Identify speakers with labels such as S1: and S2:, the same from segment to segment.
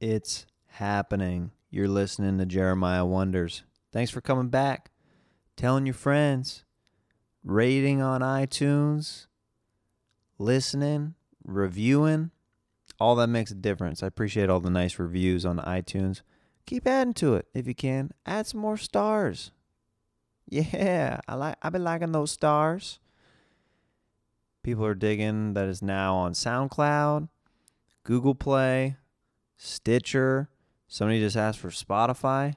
S1: It's happening. You're listening to Jeremiah Wonders. Thanks for coming back, telling your friends, rating on iTunes, listening, reviewing. All that makes a difference. I appreciate all the nice reviews on iTunes. Keep adding to it if you can. Add some more stars. Yeah, I like I've been liking those stars. People are digging that it's now on SoundCloud, Google Play, Stitcher. Somebody just asked for Spotify.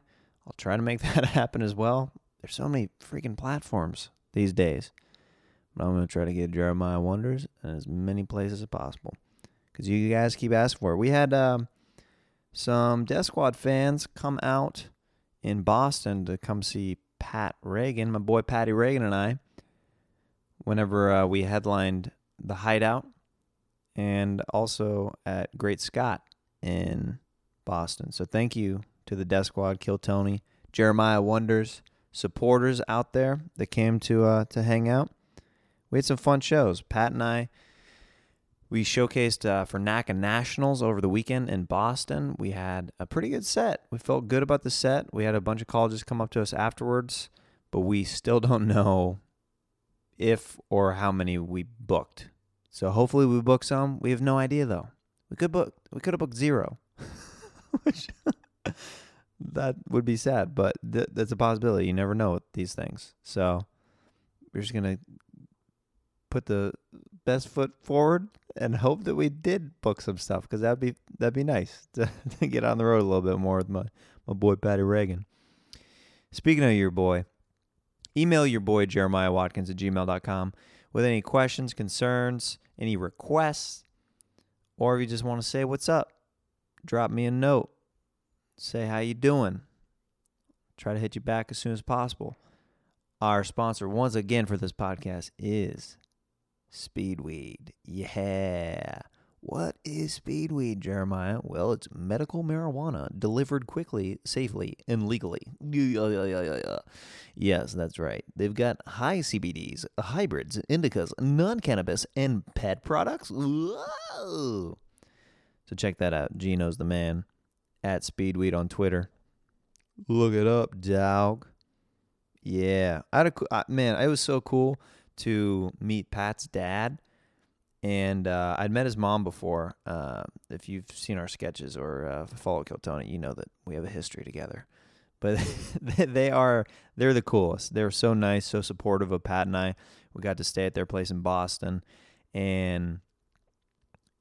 S1: I'll try to make that happen as well. There's so many freaking platforms these days. But I'm going to try to get Jeremiah Wonders in as many places as possible. Because you guys keep asking for it. We had um, some Death Squad fans come out in Boston to come see Pat Reagan, my boy Patty Reagan and I, whenever uh, we headlined The Hideout and also at Great Scott in Boston. So thank you to the Death Squad, Kill Tony, Jeremiah Wonders, supporters out there that came to uh, to hang out. We had some fun shows. Pat and I, we showcased uh, for NACA Nationals over the weekend in Boston. We had a pretty good set. We felt good about the set. We had a bunch of colleges come up to us afterwards, but we still don't know if or how many we booked. So hopefully we book some. We have no idea though. We could book. We could have booked zero, which that would be sad. But th- that's a possibility. You never know with these things. So we're just gonna put the best foot forward and hope that we did book some stuff because that'd be that'd be nice to, to get on the road a little bit more with my my boy Patty Reagan. Speaking of your boy, email your boy Jeremiah Watkins at gmail.com with any questions, concerns, any requests, or if you just want to say what's up, drop me a note. Say how you doing. Try to hit you back as soon as possible. Our sponsor once again for this podcast is Speedweed. Yeah. What is Speedweed, Jeremiah? Well, it's medical marijuana delivered quickly, safely, and legally. Yeah, yeah, yeah, yeah, yeah. Yes, that's right. They've got high CBDs, hybrids, indicas, non cannabis, and pet products. Whoa. So check that out. Gino's the man at Speedweed on Twitter. Look it up, dog. Yeah, I had a coo- uh, man. It was so cool to meet Pat's dad, and uh, I'd met his mom before. Uh, if you've seen our sketches or uh, follow Kill Tony, you know that we have a history together. But they- they are they're the coolest. They were so nice, so supportive of Pat and I. We got to stay at their place in Boston, and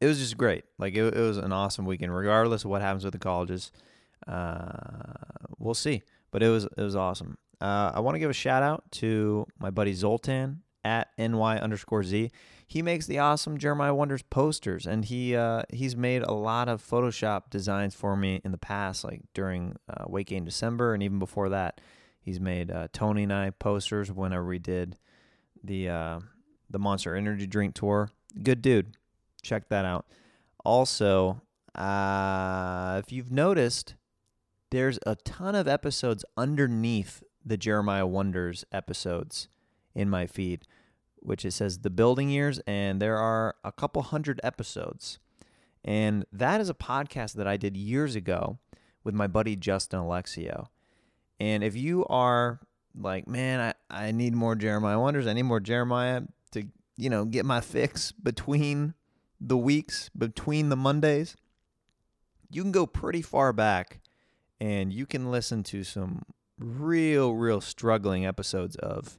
S1: it was just great. Like it, it was an awesome weekend, regardless of what happens with the colleges. Uh, we'll see, but it was it was awesome. Uh, I want to give a shout out to my buddy Zoltan at ny underscore z. He makes the awesome Jeremiah Wonders posters, and he uh, he's made a lot of Photoshop designs for me in the past, like during uh, Weight Gain December, and even before that. He's made uh, Tony and I posters whenever we did the uh, the Monster Energy Drink tour. Good dude check that out. Also, uh, if you've noticed, there's a ton of episodes underneath the Jeremiah Wonders episodes in my feed, which it says the building years, and there are a couple hundred episodes. And that is a podcast that I did years ago with my buddy Justin Alexio. And if you are like, man, I, I need more Jeremiah Wonders, I need more Jeremiah to, you know, get my fix between the weeks, between the Mondays, you can go pretty far back and you can listen to some real, real struggling episodes of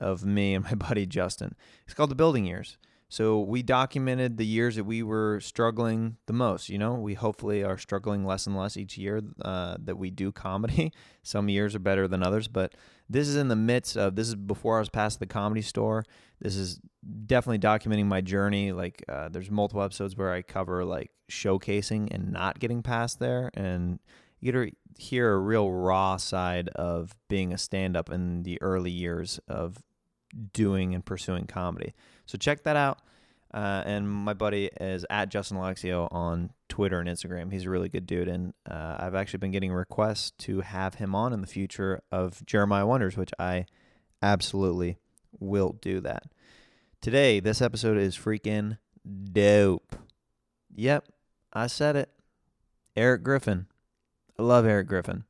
S1: of me and my buddy Justin. It's called the building years. So we documented the years that we were struggling the most. You know, we hopefully are struggling less and less each year uh, that we do comedy. Some years are better than others, but this is in the midst of this is before I was past the comedy store. This is definitely documenting my journey. Like, uh, there's multiple episodes where I cover like showcasing and not getting past there, and you get to hear a real raw side of being a stand up in the early years of doing and pursuing comedy. So check that out. Uh, and my buddy is at Justin Alexio on Twitter and Instagram. He's a really good dude, and uh, I've actually been getting requests to have him on in the future of Jeremiah Wonders, which I absolutely will do that. Today, this episode is freaking dope. Yep, I said it. Eric Griffin. I love Eric Griffin.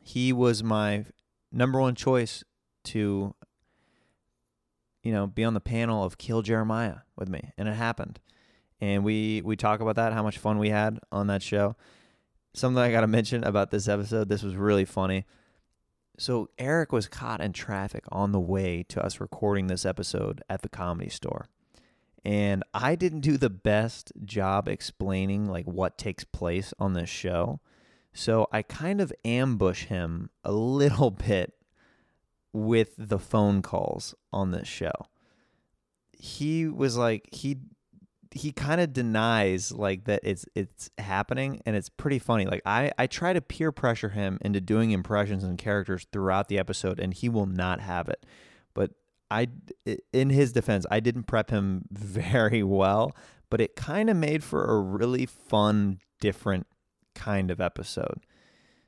S1: He was my number one choice to, you know, be on the panel of Kill Jeremiah with me, and it happened. And we we talk about that, how much fun we had on that show. Something I got to mention about this episode. This was really funny. So Eric was caught in traffic on the way to us recording this episode at the comedy store. And I didn't do the best job explaining like what takes place on this show. So I kind of ambush him a little bit with the phone calls on this show. He was like he he kind of denies like that it's it's happening and it's pretty funny. Like I I try to peer pressure him into doing impressions and characters throughout the episode and he will not have it. But I in his defense, I didn't prep him very well, but it kind of made for a really fun different kind of episode.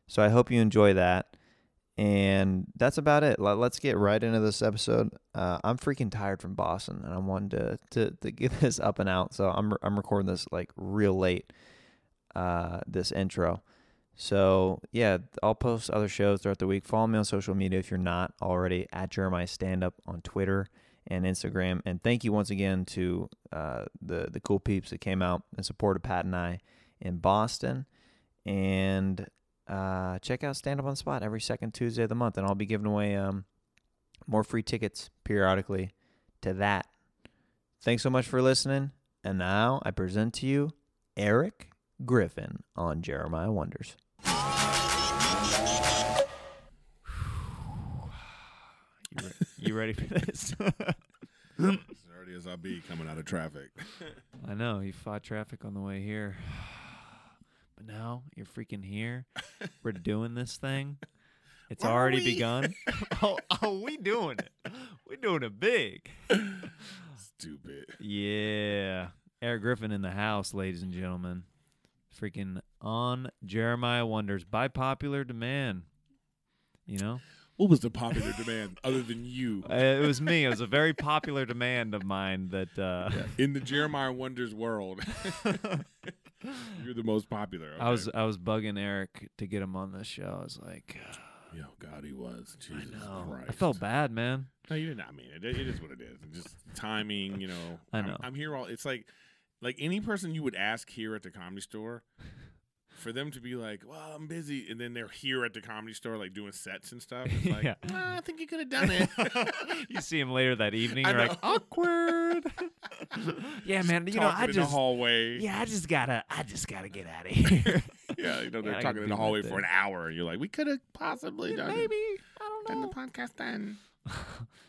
S1: So I hope you enjoy that. And that's about it. Let- Let's get right into this episode. Uh, I'm freaking tired from Boston, and I'm wanting to, to, to get this up and out. So I'm, I'm recording this like real late, uh, this intro. So yeah, I'll post other shows throughout the week. Follow me on social media if you're not already at Jeremiah Stand Up on Twitter and Instagram. And thank you once again to uh, the the cool peeps that came out and supported Pat and I in Boston. And uh, check out Stand Up on the Spot every second Tuesday of the month, and I'll be giving away um, more free tickets periodically to that. Thanks so much for listening. And now I present to you Eric Griffin on Jeremiah Wonders. You, re- you ready for this?
S2: As nerdy as I be coming out of traffic.
S3: I know you fought traffic on the way here, but now you're freaking here. We're doing this thing. It's
S2: Where are
S3: already
S2: we?
S3: begun. oh, oh, we doing it. We doing it big.
S2: Stupid.
S3: Yeah, Eric Griffin in the house, ladies and gentlemen. Freaking on Jeremiah Wonders by popular demand. You know,
S2: What was the popular demand other than you?
S3: Uh, it was me. It was a very popular demand of mine that. Uh,
S2: In the Jeremiah Wonders world, you're the most popular.
S3: I was I was bugging Eric to get him on this show. I was like, uh,
S2: okay. Yo, God, he was.
S3: I
S2: Jesus
S3: know.
S2: Christ.
S3: I felt bad, man.
S2: No, you didn't. I mean, it, it is what it is. It's Just timing, you know.
S3: I
S2: I'm-
S3: know.
S2: I'm, here all. It's like, like any person you would ask here at the comedy store, for them to be like, "Well, I'm busy," and then they're here at the comedy store, like doing sets and stuff. It's like,
S3: Yeah.
S2: "Nah, I think you could have done it.
S3: You see him later that evening.
S2: I
S3: You're like
S2: know.
S3: awkward. yeah, man. You know,
S2: Talking
S3: I
S2: in the
S3: just
S2: hallway.
S3: yeah, I just gotta I just gotta get out of here.
S2: Yeah, you know, they're
S3: Yeah, I could
S2: talking in
S3: do
S2: the hallway
S3: that
S2: for
S3: thing.
S2: an hour, and you're like, we could have possibly done
S3: Maybe
S2: it.
S3: I don't
S2: Done the
S3: know.
S2: podcast then.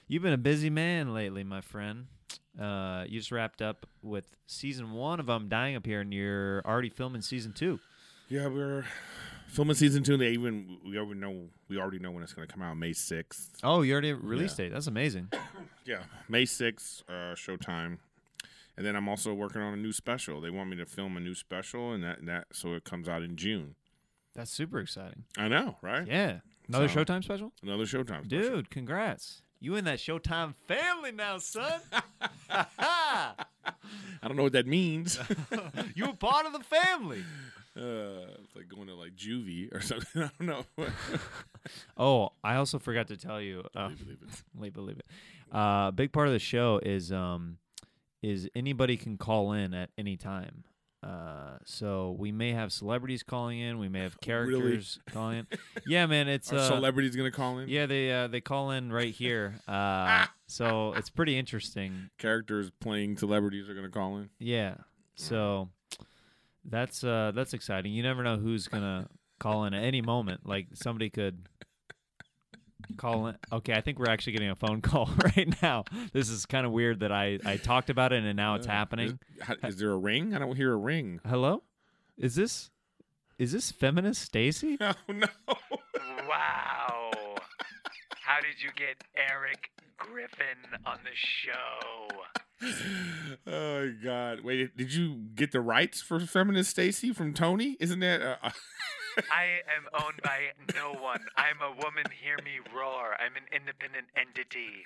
S3: You've been a busy man lately, my friend. Uh, you just wrapped up with season one of I'm Dying Up Here, and you're already filming season two.
S2: Yeah, we're filming season two. They even we already know we already know when it's going to come out. May sixth.
S3: Oh, you already released it. That's amazing.
S2: Yeah, May sixth, uh, Showtime. And then I'm also working on a new special. They want me to film a new special, and that and that so it comes out in June.
S3: That's super exciting.
S2: I know, right?
S3: Yeah. Another
S2: So-
S3: Showtime special?
S2: Another Showtime. special.
S3: Dude, congrats. You in that Showtime family now, son.
S2: I don't know what that means. uh,
S3: you were part of the family.
S2: it's like going to like juvie or something. I don't know.
S3: Oh, I also forgot to tell you. Uh,
S2: Believe it.
S3: late believe it. Uh, a big part of the show is um, is anybody can call in at any time. Uh, so we may have celebrities calling in. We may have
S2: Really?
S3: characters calling in. Yeah, man, it's
S2: Are
S3: uh,
S2: celebrities going to call in?
S3: yeah they uh, they call in right here. Uh, so it's pretty interesting.
S2: characters playing celebrities are going to call in.
S3: Yeah. So that's uh that's exciting. You never know who's gonna call in at any moment. Like somebody could call in. Okay, I think we're actually getting a phone call right now. This is kind of weird that I I talked about it and now it's
S2: Uh,
S3: happening.
S2: Is, how- is there a ring? I don't hear a ring.
S3: Hello, is this is this feminist Stacy?
S2: No, no.
S4: Wow. How did you get Eric Griffin on the show?
S2: Oh my God! Wait, did you get the rights for feminist Stacy from Tony? Isn't that? Uh, uh,
S4: I am owned by no one. I'm a woman, hear me roar. I'm an independent entity.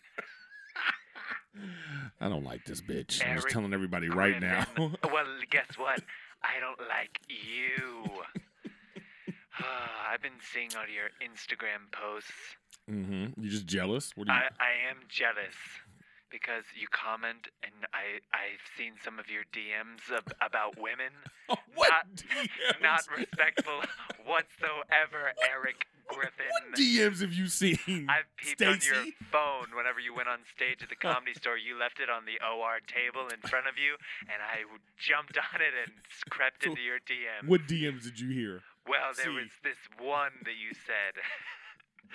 S2: I don't like this bitch. I'm just
S4: Eric
S2: telling everybody right now.
S4: Griffin. well, guess what? I don't like you. I've been seeing all your Instagram posts.
S2: Mm-hmm. You just jealous? What do you?
S4: I, I am jealous because you comment and I, I've seen some of your DMs ab- about women.
S2: what
S4: not-
S2: DMs?
S4: Not respectful whatsoever, Eric Griffin.
S2: what DMs have you seen?
S4: I've peeped on your
S2: Stacy?
S4: phone whenever you went on stage at the comedy store. You left it on the OR table in front of you, and I w- jumped on it and s- crept
S2: So,
S4: into your DM.
S2: What DMs did you hear?
S4: well, there
S2: see.
S4: was this one that you said.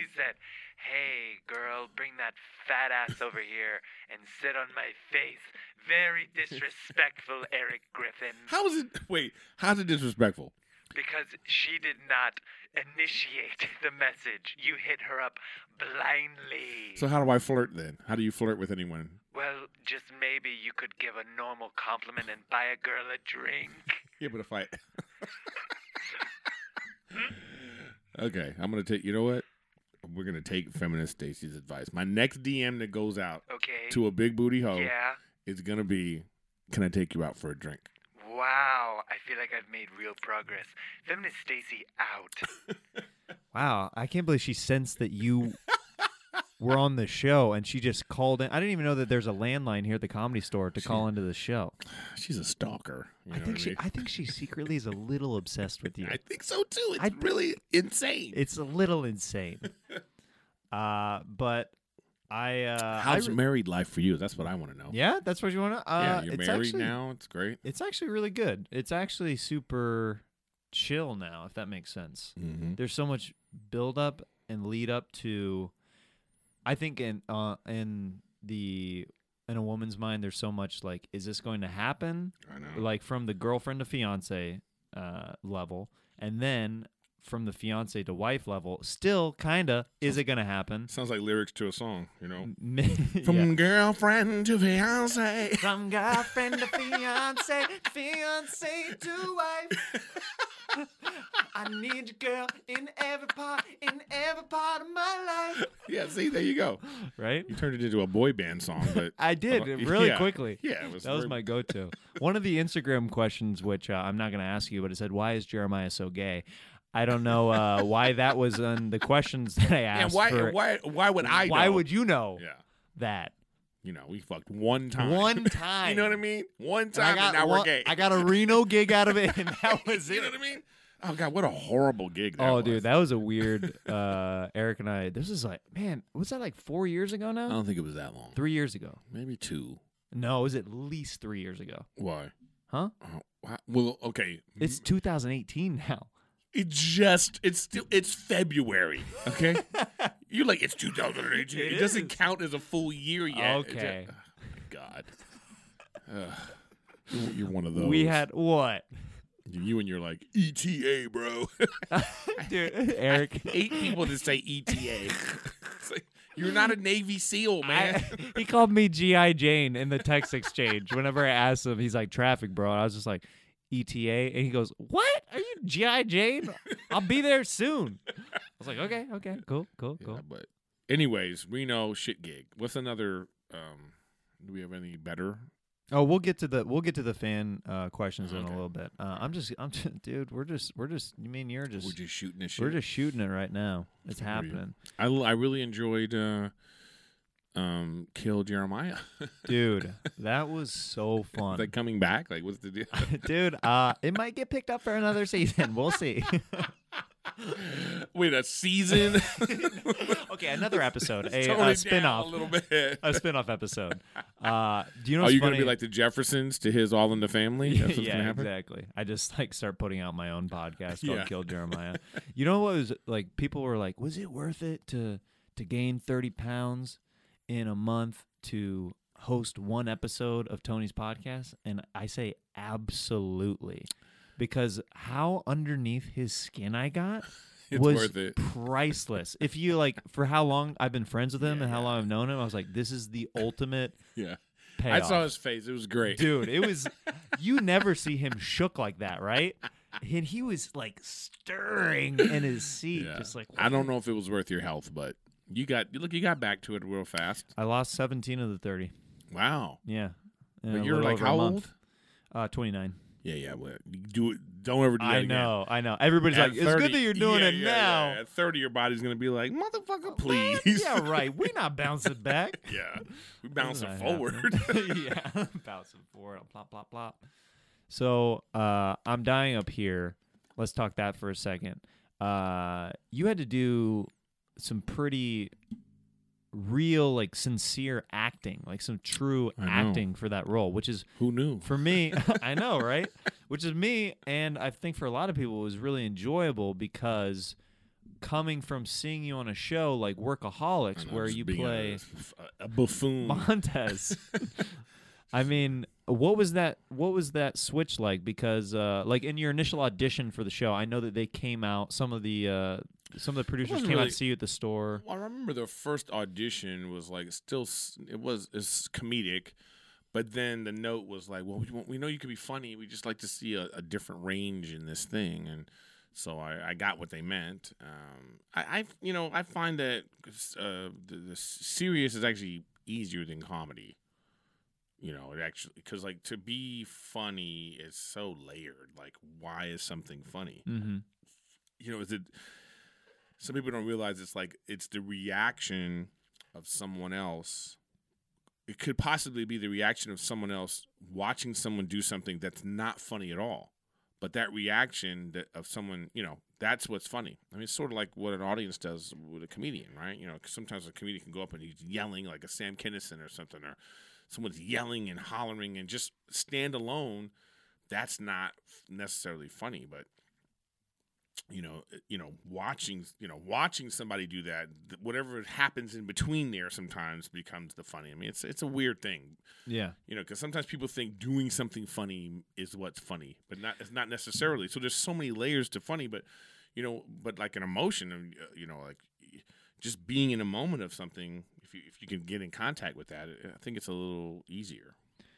S4: you said, "Hey, girl, bring that fat ass over here and sit on my face." Very disrespectful, Eric Griffin.
S2: How is it? Wait, how's it disrespectful?
S4: Because she did not initiate the message. You hit her up blindly.
S2: So how do I flirt then? How do you flirt with anyone?
S4: well, just maybe you could give a normal compliment and buy a girl a drink.
S2: Yeah, but if I. okay, I'm gonna take. You know what? We're gonna take feminist Stacy's advice. My next DM that goes out
S4: Okay.
S2: to a big booty hoe
S4: yeah.
S2: is gonna be, "Can I take you out for a drink?"
S4: Wow. I feel like I've made real progress. Feminist Stacy out.
S3: Wow, I can't believe she sensed that you were on the show and she just called in. I didn't even know that there's a landline here at the comedy store to call into the show.
S2: She's a stalker. You know
S3: I think
S2: what
S3: she
S2: I,
S3: I think she secretly is a little obsessed with you.
S2: mean? I think so too. It's
S3: I-
S2: really insane.
S3: It's a little insane. Uh but I uh
S2: How's
S3: I re-
S2: married life for you? That's what I want to know.
S3: Yeah, that's what you want to
S2: Yeah,
S3: uh
S2: you're
S3: it's
S2: married
S3: actually,
S2: now. It's great.
S3: It's actually really good. It's actually super chill now if that makes sense.
S2: Mm-hmm.
S3: there's so much build up and lead up to I think in uh in the in a woman's mind there's so much like is this going to happen
S2: I know.
S3: like from the girlfriend to fiance uh level and then from the fiance to wife level still kind of is it going to happen
S2: Sounds like lyrics to a song. You know, from
S3: from
S2: girlfriend to fiance.
S3: from girlfriend to fiance fiance to wife I need you girl in every part in every part of my life
S2: yeah, see, there you go.
S3: right
S2: You turned it into a boy band song, but
S3: I did
S2: About-
S3: really
S2: yeah.
S3: quickly.
S2: yeah, it was
S3: That was
S2: very-
S3: my go-to. One of the Instagram questions, which uh, I'm not going to ask you, but it said, "Why is Jeremiah so gay?" I don't know uh, why that was on the questions that I
S2: And
S3: asked.
S2: why?
S3: for-
S2: why? Why would I?
S3: why
S2: know?
S3: would you know
S2: Yeah,
S3: that
S2: you know, we fucked one time.
S3: one time?
S2: you know what I mean? One
S3: And I
S2: time, and,
S3: got
S2: now
S3: one-
S2: we're gay.
S3: I got a Reno gig out of it, and that was
S2: you know
S3: it.
S2: what I mean? Oh god, what a horrible gig. That
S3: Oh,
S2: was.
S3: dude, that was a weird. Uh, Eric and I. This is like, man, was that like four years ago
S2: I
S3: now?
S2: don't think it was that long.
S3: Three years ago?
S2: Maybe two.
S3: No, it was at least three years ago,
S2: Why?
S3: huh?
S2: Oh, why- well, okay.
S3: It's 2018 now.
S2: It just it's still it's February. Okay, you're like it's 2018. It,
S3: It
S2: doesn't
S3: is.
S2: count as a full year yet. It ju-
S3: Okay.
S2: oh, my God. Ugh. You're- you're one of those.
S3: We had what?
S2: you and you're like ETA, bro.
S3: Dude, Eric.
S2: Eight people to say ETA. It's like, you're not a Navy SEAL, man.
S3: I- he called me G.I. Jane in the text exchange. Whenever I asked him, he's like, traffic, bro. And I was just like, ETA. And he goes, What? Are you G.I. Jane? I'll be there soon. I was like, Okay, okay, cool, cool,
S2: Yeah,
S3: cool.
S2: but anyways, Reno shit gig. What's another? um Do we have any better?
S3: Oh, we'll get to the we'll get to the fan uh, questions in
S2: Okay.
S3: a little bit. Uh, I'm just I'm just, dude, we're just we're just you mean you're just
S2: We're just shooting this shit.
S3: we're just shooting it right now. It's
S2: Where you-
S3: happening.
S2: I, l- I really enjoyed uh, um, Kill Jeremiah.
S3: Dude, that was so fun.
S2: like coming back. Like, what's the deal?
S3: dude, uh, it might get picked up for another season. We'll see.
S2: Wait, a season?
S3: okay, another episode, a,
S2: Tone it
S3: a spin-off,
S2: down a little bit.
S3: a spin-off episode. Uh, do you know?
S2: Are
S3: What's
S2: you
S3: funny?
S2: gonna be like the Jeffersons to his All in the Family? That's what's
S3: yeah,
S2: gonna happen.
S3: exactly. I just like start putting out my own podcast called
S2: Yeah.
S3: Kill Jeremiah. you know what was like? People were like, "Was it worth it to to gain thirty pounds in a month to host one episode of Tony's podcast?" And I say, absolutely, because how underneath his skin I got.
S2: It's
S3: was
S2: worth it.
S3: priceless. If you like, for how long I've been friends with him
S2: Yeah,
S3: and how
S2: yeah.
S3: long I've known him, I was like, this is the ultimate
S2: Yeah, I
S3: payoff.
S2: saw his face. It was great.
S3: Dude, it was. you never see him shook like that, right? And he was like stirring in his seat,
S2: Yeah.
S3: just like
S2: I don't know if it was worth your health, but you got look, you got back to it real fast.
S3: I lost seventeen of the thirty.
S2: Wow.
S3: Yeah, In
S2: But
S3: a
S2: you're
S3: little
S2: like
S3: over a
S2: how
S3: month.
S2: old?
S3: Uh, twenty nine.
S2: Yeah, yeah. Well, do it. Don't ever do that
S3: I
S2: again.
S3: know, I know. Everybody's
S2: At
S3: like, it's good
S2: 30
S3: that you're doing
S2: yeah,
S3: it
S2: yeah,
S3: now.
S2: yeah. At 30, your body's going to be like, motherfucker,
S3: What?
S2: please.
S3: Yeah, right. We're not bouncing back.
S2: yeah. We
S3: That's
S2: bouncing
S3: not
S2: forward.
S3: happening. yeah, bouncing forward. Plop, plop, plop. So uh, I'm dying up here. Let's talk that for a second. Uh, you had to do some pretty real, like sincere acting, like some true
S2: I know.
S3: acting for that role, which is
S2: Who knew?
S3: for me, I know, right? Which is me, and I think for a lot of people, it was really enjoyable because coming from seeing you on a show like
S2: I
S3: Workaholics,
S2: know,
S3: where
S2: just
S3: you
S2: being a-
S3: play.
S2: a, buffoon.
S3: Montez. I mean, what was that? What was that switch like? Because, uh, like in your initial audition for the show, I know that they came out. Some of the uh, some of the producers
S2: wasn't
S3: came out
S2: really-
S3: to see you at the store.
S2: Well, I remember the first audition was like still s- it was it's comedic, but then the note was like, well, we, want- we know you could be funny. We just like to see a, a different range in this thing, and so I, I got what they meant. Um, I, I you know I find that uh, the, the serious is actually easier than comedy. You know, it actually because like to be funny is so layered. Like, why is something funny?
S3: Mm-hmm.
S2: you know, is it some people don't realize it's like it's the reaction of someone else. It could possibly be the reaction of someone else watching someone do something that's not funny at all. But that reaction that of someone, you know, that's what's funny. I mean, it's sort of like what an audience does with a comedian, right? You know, 'cause sometimes a comedian can go up and he's yelling like a Sam Kinison or something, or someone's yelling and hollering and just stand alone. That's not necessarily funny, but you know eh, you know watching you know watching somebody do that th- whatever happens in between there sometimes becomes the funny i mean it's it's a weird thing
S3: Yeah,
S2: you know because sometimes people think doing something funny is what's funny but not it's not necessarily so there's so many layers to funny but you know but like an emotion and, uh, you know like y- just being in a moment of something if you if you can get in contact with that i think it's a little easier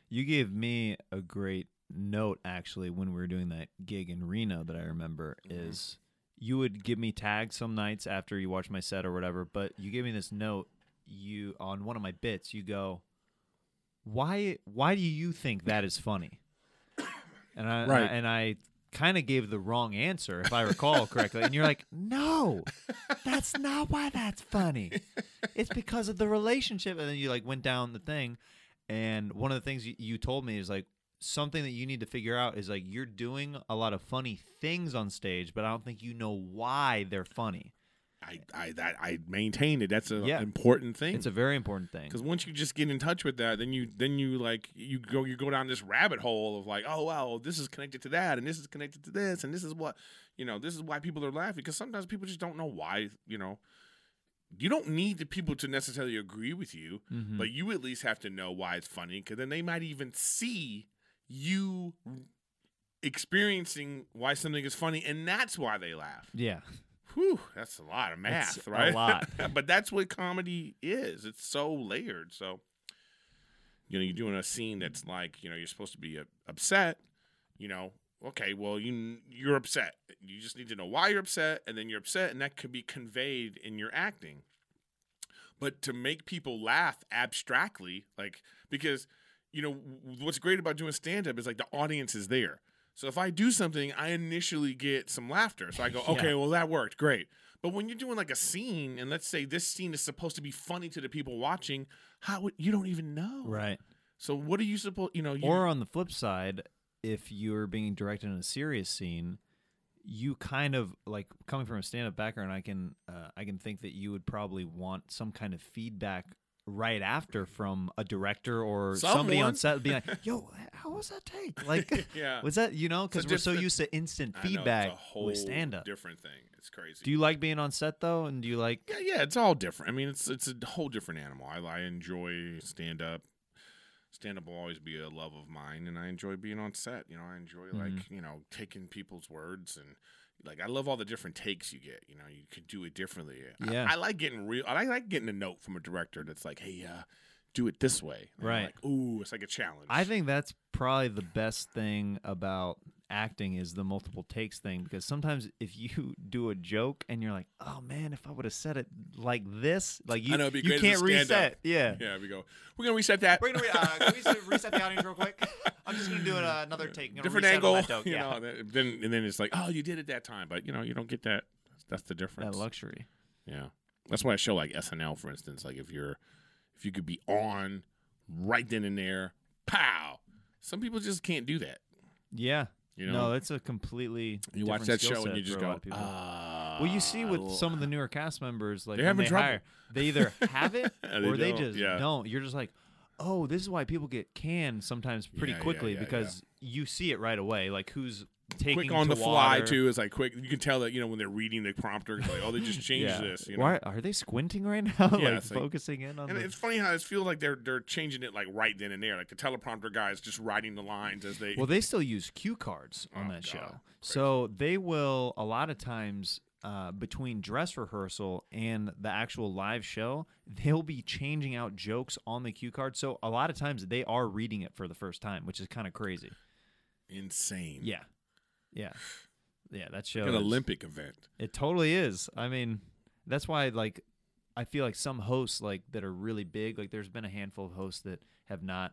S3: you gave me a great note actually when we were doing that gig in Reno that I remember is you would give me tags some nights after you watch my set or whatever, but you gave me this note you on one of my bits, you go, Why why do you think that is funny? And I
S2: Right.
S3: and I kind of gave the wrong answer if I recall correctly. And you're like, No, that's not why that's funny. It's because of the relationship. And then you like went down the thing and one of the things you, you told me is like something that you need to figure out is like you're doing a lot of funny things on stage, but I don't think you know why they're funny.
S2: i i that i maintain it that's an
S3: Yeah.
S2: important thing
S3: It's a very important thing.
S2: Because once you just get in touch with that, then you then you like you go you go down this rabbit hole of like, oh wow, this is connected to that, and this is connected to this, and this is what you know, this is why people are laughing. Because sometimes people just don't know why, you know. You don't need the people to necessarily agree with you,
S3: Mhm.
S2: but you at least have to know why it's funny, because then they might even see you experiencing why something is funny, and that's why they laugh.
S3: yeah,
S2: Whew, that's a lot of math,
S3: That's a
S2: right?
S3: lot.
S2: but that's what comedy is. It's so layered. So, you know, you're doing a scene that's like, you know, you're supposed to be uh, upset. You know, okay, well, you you're upset. You just need to know why you're upset, and then you're upset, and that could be conveyed in your acting. But to make people laugh abstractly, like because you know w- what's great about doing stand up is like the audience is there. So if I do something, I initially get some laughter. So I go,
S3: Yeah.
S2: okay, well that worked, great. But when you're doing like a scene, and let's say this scene is supposed to be funny to the people watching, how would, you don't even know,
S3: right.
S2: So what are you supposed, you know, you,
S3: Or on the flip side, if you're being directed in a serious scene, you kind of like coming from a stand-up background. I can uh, I can think that you would probably want some kind of feedback right after from a director or somebody
S2: Someone.
S3: on set being like, "Yo, how was that take?" Like,
S2: Yeah.
S3: was that you know?
S2: So
S3: Because we're
S2: just
S3: so
S2: the-
S3: used to instant
S2: I know, it's a
S3: feedback
S2: whole
S3: with stand-up.
S2: different thing. It's crazy.
S3: Do you like being on set though? And do you like?
S2: yeah, yeah, it's all different. I mean, it's it's a whole different animal. I I enjoy stand up. Stand up will always be a love of mine, and I enjoy being on set. You know, I enjoy
S5: Mm-hmm.
S2: like you know taking people's words and like I love all the different takes you get. You know, you could do it differently. I-
S3: Yeah.
S2: I, like getting real. I like, like getting a note from a director that's like, "Hey, uh, do it this way." And I'm
S3: Right.
S2: like, ooh, it's like a challenge.
S3: I think that's probably the best thing about acting is the multiple takes thing because sometimes if you do a joke and you're like, oh man, if I would have said it like this, like you,
S2: I know, it'd be
S3: you
S2: great as a
S3: can't
S2: stand-up.
S3: reset. Yeah.
S2: Yeah, we go. We're gonna reset that.
S5: We're gonna re- uh, can we just reset the audience real quick? I'm just gonna do it, uh, another take. I'm gonna
S2: different
S5: reset on
S2: angle.
S5: that joke,
S2: You
S5: yeah.
S2: know, that- then and then it's like, oh, you did it that time, but you know, you don't get that. That's the difference.
S3: That luxury.
S2: Yeah, that's why I show like SNL, for instance. Like if you're, if you could be on right then and there, pow. Some people just can't do that.
S3: Yeah.
S2: You know,
S3: no, that's a completely.
S2: you watch
S3: different
S2: that
S3: skill
S2: show and
S3: set
S2: you
S3: for
S2: just
S3: a
S2: go,
S3: lot of people.
S2: ah.
S3: well, you see with some of the newer cast members, like
S2: They're
S3: when
S2: having
S3: they
S2: trouble.
S3: hire, they either have it
S2: They
S3: or they
S2: don't,
S3: just
S2: yeah.
S3: don't. You're just like, oh, this is why people get canned sometimes pretty
S2: Yeah, yeah,
S3: quickly
S2: yeah, yeah.
S3: because you see it right away, like who's taking
S2: quick on
S3: to
S2: the fly
S3: water.
S2: too. It's like quick. You can tell that you know when they're reading the prompter. It's like, oh, they just changed
S3: Yeah.
S2: this. You know?
S3: Why are they squinting right now? like
S2: it's like-
S3: focusing in on.
S2: And
S3: the-
S2: it's funny how it feels like they're they're changing it like right then and there. Like the teleprompter guy is just writing the lines as they.
S3: Well, they still use cue cards on
S2: Oh,
S3: that
S2: God.
S3: show.
S2: Crazy.
S3: So they will, a lot of times, uh, between dress rehearsal and the actual live show, they'll be changing out jokes on the cue card. So a lot of times they are reading it for the first time, which is kind of
S2: Mm.
S3: crazy.
S2: insane.
S3: Yeah. Yeah. Yeah. That show.
S2: Like an
S3: is-
S2: Olympic event.
S3: It totally is. I mean, that's why like I feel like some hosts like that are really big, like there's been a handful of hosts that have not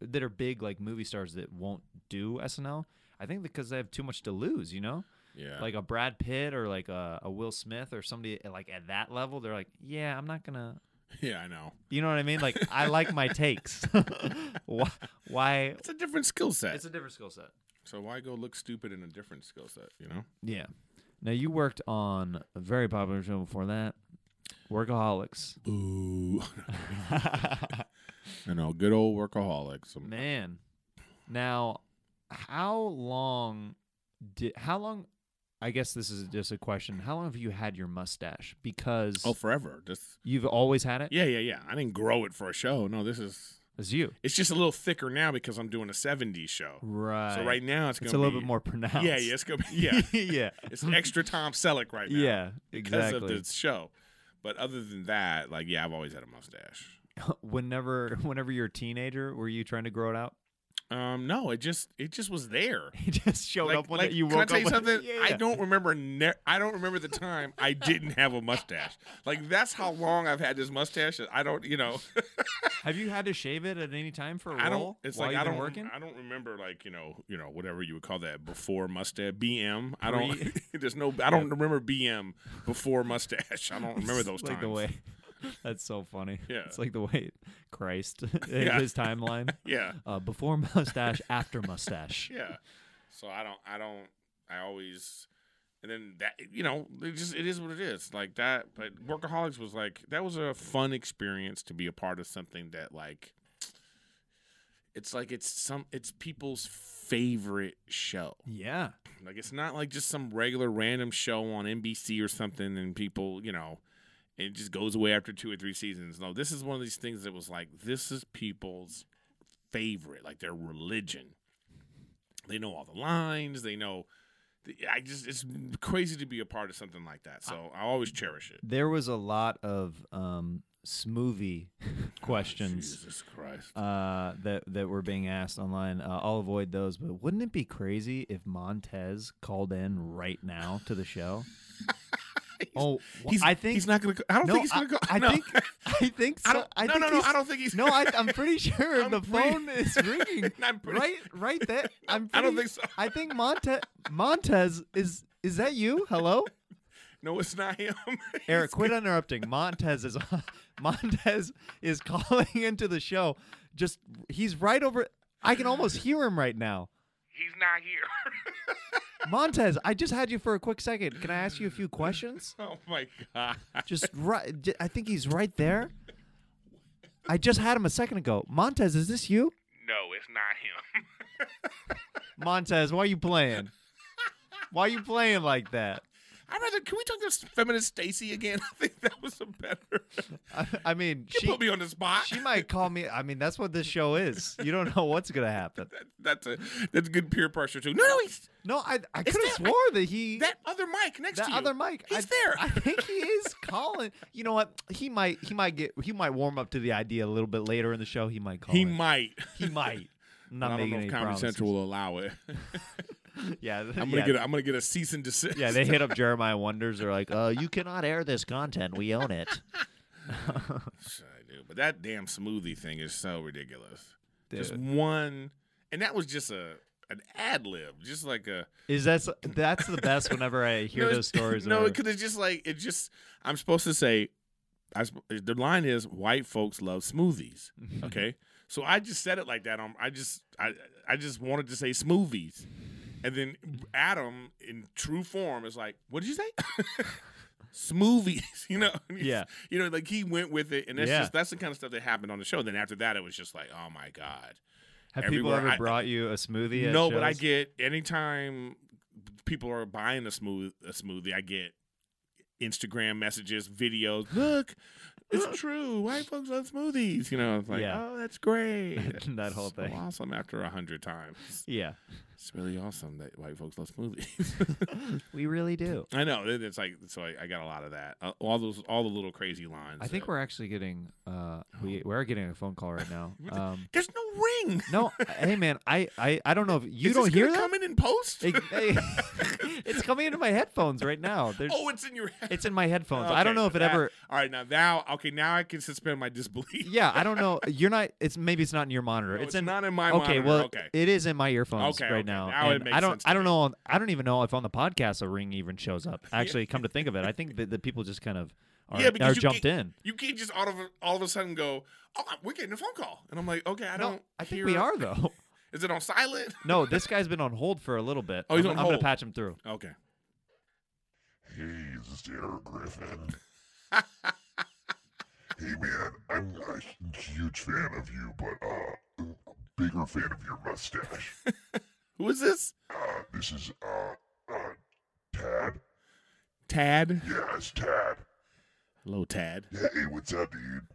S3: that are big like movie stars that won't do SNL. I think because they have too much to lose, you know?
S2: Yeah.
S3: Like a Brad Pitt or like a, a Will Smith or somebody at- like at that level, they're like, "Yeah, I'm not going to
S2: yeah, I know.
S3: You know what I mean? Like I like my takes. why, why
S2: It's a different skill set.
S3: It's a different skill set.
S2: so why go look stupid in a different skill set? You know.
S3: Yeah. Now you worked on a very popular show before that, Workaholics.
S2: Ooh. I know. Good old workaholics. Um,
S3: Man. Now, how long did how long I guess this is just a question. How long have you had your mustache? Because
S2: Oh, forever. Just.
S3: you've always had it?
S2: Yeah, yeah, yeah. I didn't grow it for a show. No, this is.
S3: It's you.
S2: It's just a little thicker now because I'm doing a '70s show.
S3: Right.
S2: So right now it's
S3: it's
S2: gonna
S3: a little
S2: be-
S3: bit more pronounced.
S2: Yeah, yeah, it's gonna be yeah.
S3: yeah.
S2: It's extra Tom Selleck right now.
S3: Yeah,
S2: because
S3: exactly.
S2: of the show. But other than that, like yeah, I've always had a mustache.
S3: whenever whenever you're a teenager, were you trying to grow it out?
S2: Um, no, it just it just was there.
S3: It just showed
S2: Like-
S3: up when
S2: like,
S3: you
S2: can I
S3: woke
S2: tell you
S3: up. with-
S2: something?
S3: Yeah,
S2: I
S3: yeah.
S2: don't remember. Ne- I don't remember the time I didn't have a mustache. Like that's how long I've had this mustache. I don't, you know,
S3: Have you had to shave it at any time for a
S2: I don't.
S3: role
S2: It's
S3: while
S2: like
S3: you've
S2: I
S3: been
S2: don't.
S3: working?
S2: I don't remember like you know, you know, whatever you would call that before mustache. BM. I don't. there's no. I don't remember BM before mustache. I don't remember
S3: It's
S2: those
S3: like
S2: times.
S3: the way that's so funny
S2: Yeah.
S3: it's like the way christ
S2: Yeah.
S3: his timeline
S2: Yeah.
S3: uh, before mustache after mustache
S2: yeah. So I don't. I don't. I always. And then that you know, it just it is what it is. Like that. But workaholics was like that was a fun experience to be a part of something that like. It's like it's some it's people's favorite show.
S3: yeah
S2: Like it's not like just some regular random show on NBC or something, and people, you know, it just goes away after two or three seasons. No, this is one of these things that was like this is people's favorite, like their religion. They know all the lines. They know. I just it's crazy to be a part of something like that. So I always cherish it.
S3: there was a lot of um smoothie questions
S2: Oh, Jesus Christ.
S3: uh that that were being asked online uh, i'll avoid those but wouldn't it be crazy if montez called in right now to the show oh wh-
S2: He's-
S3: i think
S2: he's not gonna. go- I don't
S3: no,
S2: think he's gonna
S3: I,
S2: go.
S3: I
S2: no.
S3: think i think so,
S2: I don't.
S3: I
S2: no,
S3: think
S2: no, no.
S3: he's-
S2: I don't think he's.
S3: No, I, I'm pretty sure
S2: I'm
S3: the
S2: pretty-
S3: phone is ringing.
S2: I'm pretty-
S3: right, right there. I'm
S2: I don't think
S3: pretty-
S2: so.
S3: I think Montez. Montez is is that you? Hello,
S2: No, it's not him.
S3: Eric. Quit interrupting. Montez is Montez is calling into the show. Just he's right over. I can almost hear him right now.
S2: He's not here.
S3: Montez, I just had you for a quick second. Can I ask you a few questions?
S2: Oh my god.
S3: Just right. j- I think he's right there. I just had him a second ago. Montez, is this you?
S2: No, it's not him.
S3: Montez, why you playing? Why you playing like that?
S2: I rather can we talk to feminist Stacy again? I think that was a better.
S3: I, I mean,
S2: She
S3: Uh, she
S2: put me on the spot.
S3: she might call me. I mean, that's what this show is. You don't know what's gonna happen.
S2: That, that's a that's good peer pressure too. No, no, he's
S3: No, I I
S2: It's
S3: could have
S2: that-
S3: swore that he
S2: that other mic next
S3: that
S2: to you.
S3: other mic.
S2: He's
S3: I,
S2: there.
S3: I think he is calling. You know what? He might he might get he might warm up to the idea a little bit later in the show. He might call.
S2: he
S3: in.
S2: might.
S3: Oh, He might. I'm
S2: I
S3: not
S2: don't
S3: making
S2: know if
S3: any
S2: Comedy
S3: promises.
S2: Central will allow it.
S3: yeah, th-
S2: I'm gonna
S3: yeah,
S2: get. A, I'm gonna get a cease and desist.
S3: yeah. They hit up Jeremiah Wonders. They're like, "Uh, you cannot air this content. We own it."
S2: I do, but that damn smoothie thing is so ridiculous. Just
S3: Dude.
S2: one, and that was just a an ad lib, just like a
S3: Is that's that's the best whenever I hear
S2: it's-
S3: those stories.
S2: No,
S3: where-
S2: because it's just like it just. I'm supposed to say, I sp- the line is white folks love smoothies. Okay, so I just said it like that. Um, I just I I just wanted to say smoothies, and then Adam, in true form, is like, "What did you say?" Smoothies, you know, and he's-
S3: Yeah.
S2: you know, like he went with it, and that's
S3: Yeah.
S2: just that's the kind of stuff that happened on the show. Then after that, it was just like, oh my god,
S3: have people
S2: everywhere
S3: ever
S2: I-
S3: brought you a smoothie? at
S2: no, but I
S3: shows?
S2: get anytime people are buying a smooth a smoothie, I get Instagram messages, videos. Look, it's true. White folks love smoothies. You know, it's like,
S3: Yeah.
S2: oh, that's great.
S3: That whole
S2: So
S3: thing.
S2: Awesome. After a hundred times,
S3: Yeah,
S2: it's really awesome that white folks love smoothies.
S3: we really do.
S2: I know. It- It's like so. I, I got a lot of that. Uh, all those, all the little crazy lines.
S3: I think
S2: that-
S3: we're actually getting uh we we are getting a phone call right now.
S2: Oh. What the-
S3: Um
S2: There's no ring.
S3: no, hey man, I I I don't know if you
S2: Is this
S3: don't hear
S2: gonna
S3: that.
S2: Come in and post.
S3: It- hey, it's coming into my headphones right now. There's
S2: oh, it's in your head.
S3: it's in my headphones. I don't
S2: Okay,
S3: know if it
S2: that-
S3: ever
S2: All right, now now okay, now I can suspend my disbelief.
S3: Yeah, I don't know. You're not it's maybe it's not in your
S2: No,
S3: monitor.
S2: it's,
S3: it's in
S2: not in my
S3: Okay,
S2: monitor.
S3: well,
S2: okay.
S3: it is in my earphones
S2: Okay,
S3: right
S2: okay.
S3: now.
S2: Now it
S3: and
S2: makes
S3: I don't,
S2: sense to
S3: I don't
S2: me.
S3: know. I don't even know if on the podcast a ring even shows up. Actually, come to think of it, I think that the people just kind of are,
S2: Yeah, because
S3: are
S2: you
S3: jumped
S2: can't-
S3: in.
S2: You can't just all of a- all of a sudden go, "Oh, we're getting a phone call," and I'm like, "Okay, I
S3: No,
S2: don't."
S3: I think
S2: hear-
S3: we are though.
S2: Is it on silent?
S3: No, this guy's been on hold for a little bit.
S2: Oh, he's
S3: I'm,
S2: on
S3: I'm gonna
S2: hold.
S3: patch him through.
S2: Okay.
S6: He's Dare Griffin. hey man, I'm a huge fan of you, but uh, a bigger fan of your mustache.
S2: Who is this?
S6: Uh, this is uh, uh, Tad.
S2: Tad.
S6: Yeah, it's Tad.
S2: Hello, Tad.
S6: Hey, what's up, dude?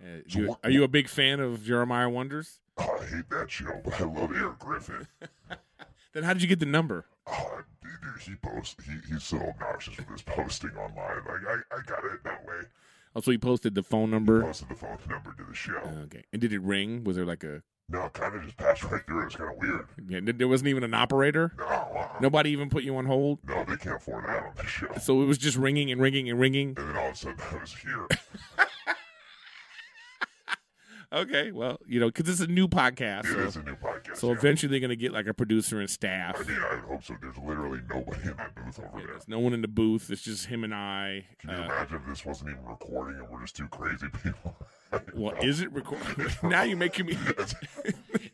S2: Uh,
S6: So
S2: you-
S6: what-
S2: are you a big fan of Jeremiah Wonders?
S6: I Uh, hate that show, but I love Eric Griffin.
S2: Then how did you get the number?
S6: Oh, dude, he posts. He, he's so obnoxious with his posting online. Like I, I got it that way.
S2: Also, you Oh, posted the phone number.
S6: Posted the phone number to the show.
S2: Okay. And did it ring? Was there like a?
S6: No, kind of just passed right through. It's kind of weird.
S2: Yeah, there wasn't even an operator.
S6: No, uh,
S2: Nobody even put you on hold.
S6: No, they can't afford that on this show.
S2: So it was just ringing and ringing and ringing.
S6: And then all of a sudden, I was here.
S2: Okay, well, you know, because it's a new podcast,
S6: It
S2: so,
S6: is a new podcast.
S2: so
S6: yeah.
S2: eventually they're gonna get like a producer and
S6: I
S2: staff.
S6: mean, I would hope so. There's literally nobody in that booth over there.
S2: There's no one in the booth. It's just him and I.
S6: Can you
S2: Uh,
S6: imagine if this wasn't even recording and we're just two crazy people?
S2: well, is it recording? now you're making me.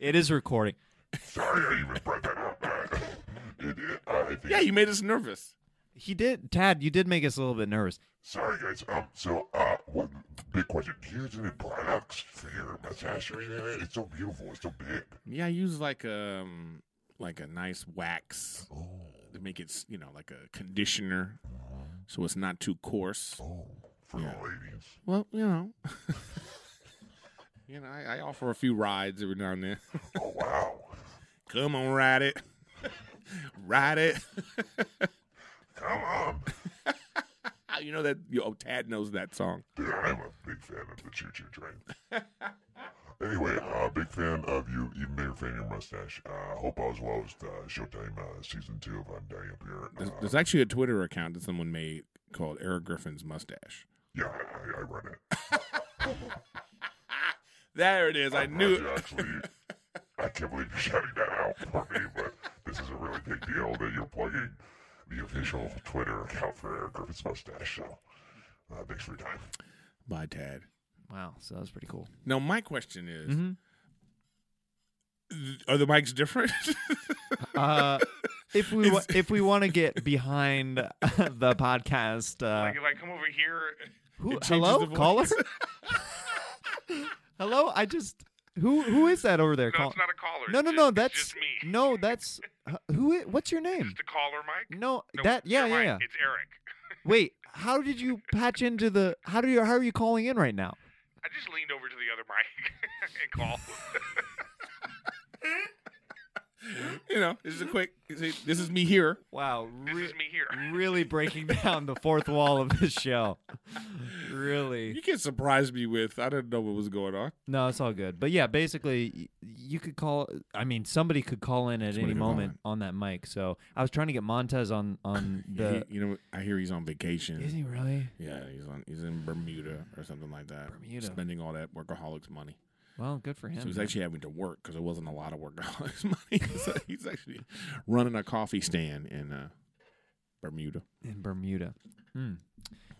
S3: It is recording.
S6: Sorry I even brought that up. but it, it, I think,
S2: yeah, you made us nervous.
S3: He did, Tad. You did make us a little bit nervous.
S6: Sorry, guys. Um, so, uh, one big question. Do you use any products for your mustache or anything? It's so beautiful. It's so big.
S2: Yeah, I use like um like a nice wax
S6: Oh,
S2: to make it s- you know like a conditioner, so it's not too coarse.
S6: oh, for
S2: Yeah.
S6: the ladies.
S2: Well, you know. You know, I, I offer a few rides every now and then.
S6: Oh, wow.
S2: Come on, ride it, ride it.
S6: Come on.
S2: you know that? Yo, Tad knows that song.
S6: Dude, I'm a big fan of the Choo Choo Train. anyway, uh, big fan of you, even bigger fan of your mustache. Uh, hope all's well with uh, Showtime uh, season two of I'm Dying Up Here.
S2: There's,
S6: Uh,
S2: there's actually a Twitter account that someone made called Eric Griffin's Mustache.
S6: yeah, I, I, I run it.
S2: There it is. I knew
S6: Roger,
S2: it.
S6: Actually, I can't believe you're shouting that out for me, but this is a really big deal that you're plugging the official Twitter account for Eric Griffin's mustache. So, uh, thanks for your time.
S2: Bye, Tad.
S3: Wow, so that was pretty cool.
S2: Now, my question is
S3: Mhm.
S2: th- Are the mics different?
S3: Uh, if we wa- if we want to get behind the podcast, uh,
S2: like, if I come over here,
S3: who,
S2: changes
S3: hello
S2: the
S3: caller,
S2: voice.
S3: hello. I just who who is that over there?
S7: No,
S3: call-
S7: it's not a caller.
S3: no,
S7: It's
S3: no,
S7: just-
S3: no.
S7: it's
S3: That's
S7: just me.
S3: no, that's uh, who. i- What's your name?
S7: Just a caller, Mike.
S3: No,
S7: No,
S3: that yeah yeah
S7: you're right.
S3: yeah.
S7: It's Eric.
S3: Wait, how did you patch into the? How do you how are you calling in right now?
S7: I just leaned over to the other mic and called.
S2: you know, this is a quick. This is me here.
S3: Wow,
S4: This
S3: re-
S4: is me here.
S3: really breaking down the fourth wall of this show. Really,
S2: You can't surprise me with. I didn't know what was going on.
S3: no, it's all good. But yeah, basically, y- you could call. I mean, somebody could call in at
S2: Somebody
S3: any
S2: could call
S3: moment on that mic. So I was trying to get Montez on on the.
S2: He- you know, I hear he's on vacation.
S3: Is he really?
S2: Yeah, he's on. He's in Bermuda or something like that.
S3: Bermuda.
S2: spending all that workaholics money.
S3: Well, good for him.
S2: So he's
S3: man.
S2: actually having to work because there wasn't a lot of workaholics money. so he's actually running a coffee stand in uh, Bermuda.
S3: in Bermuda. Hmm.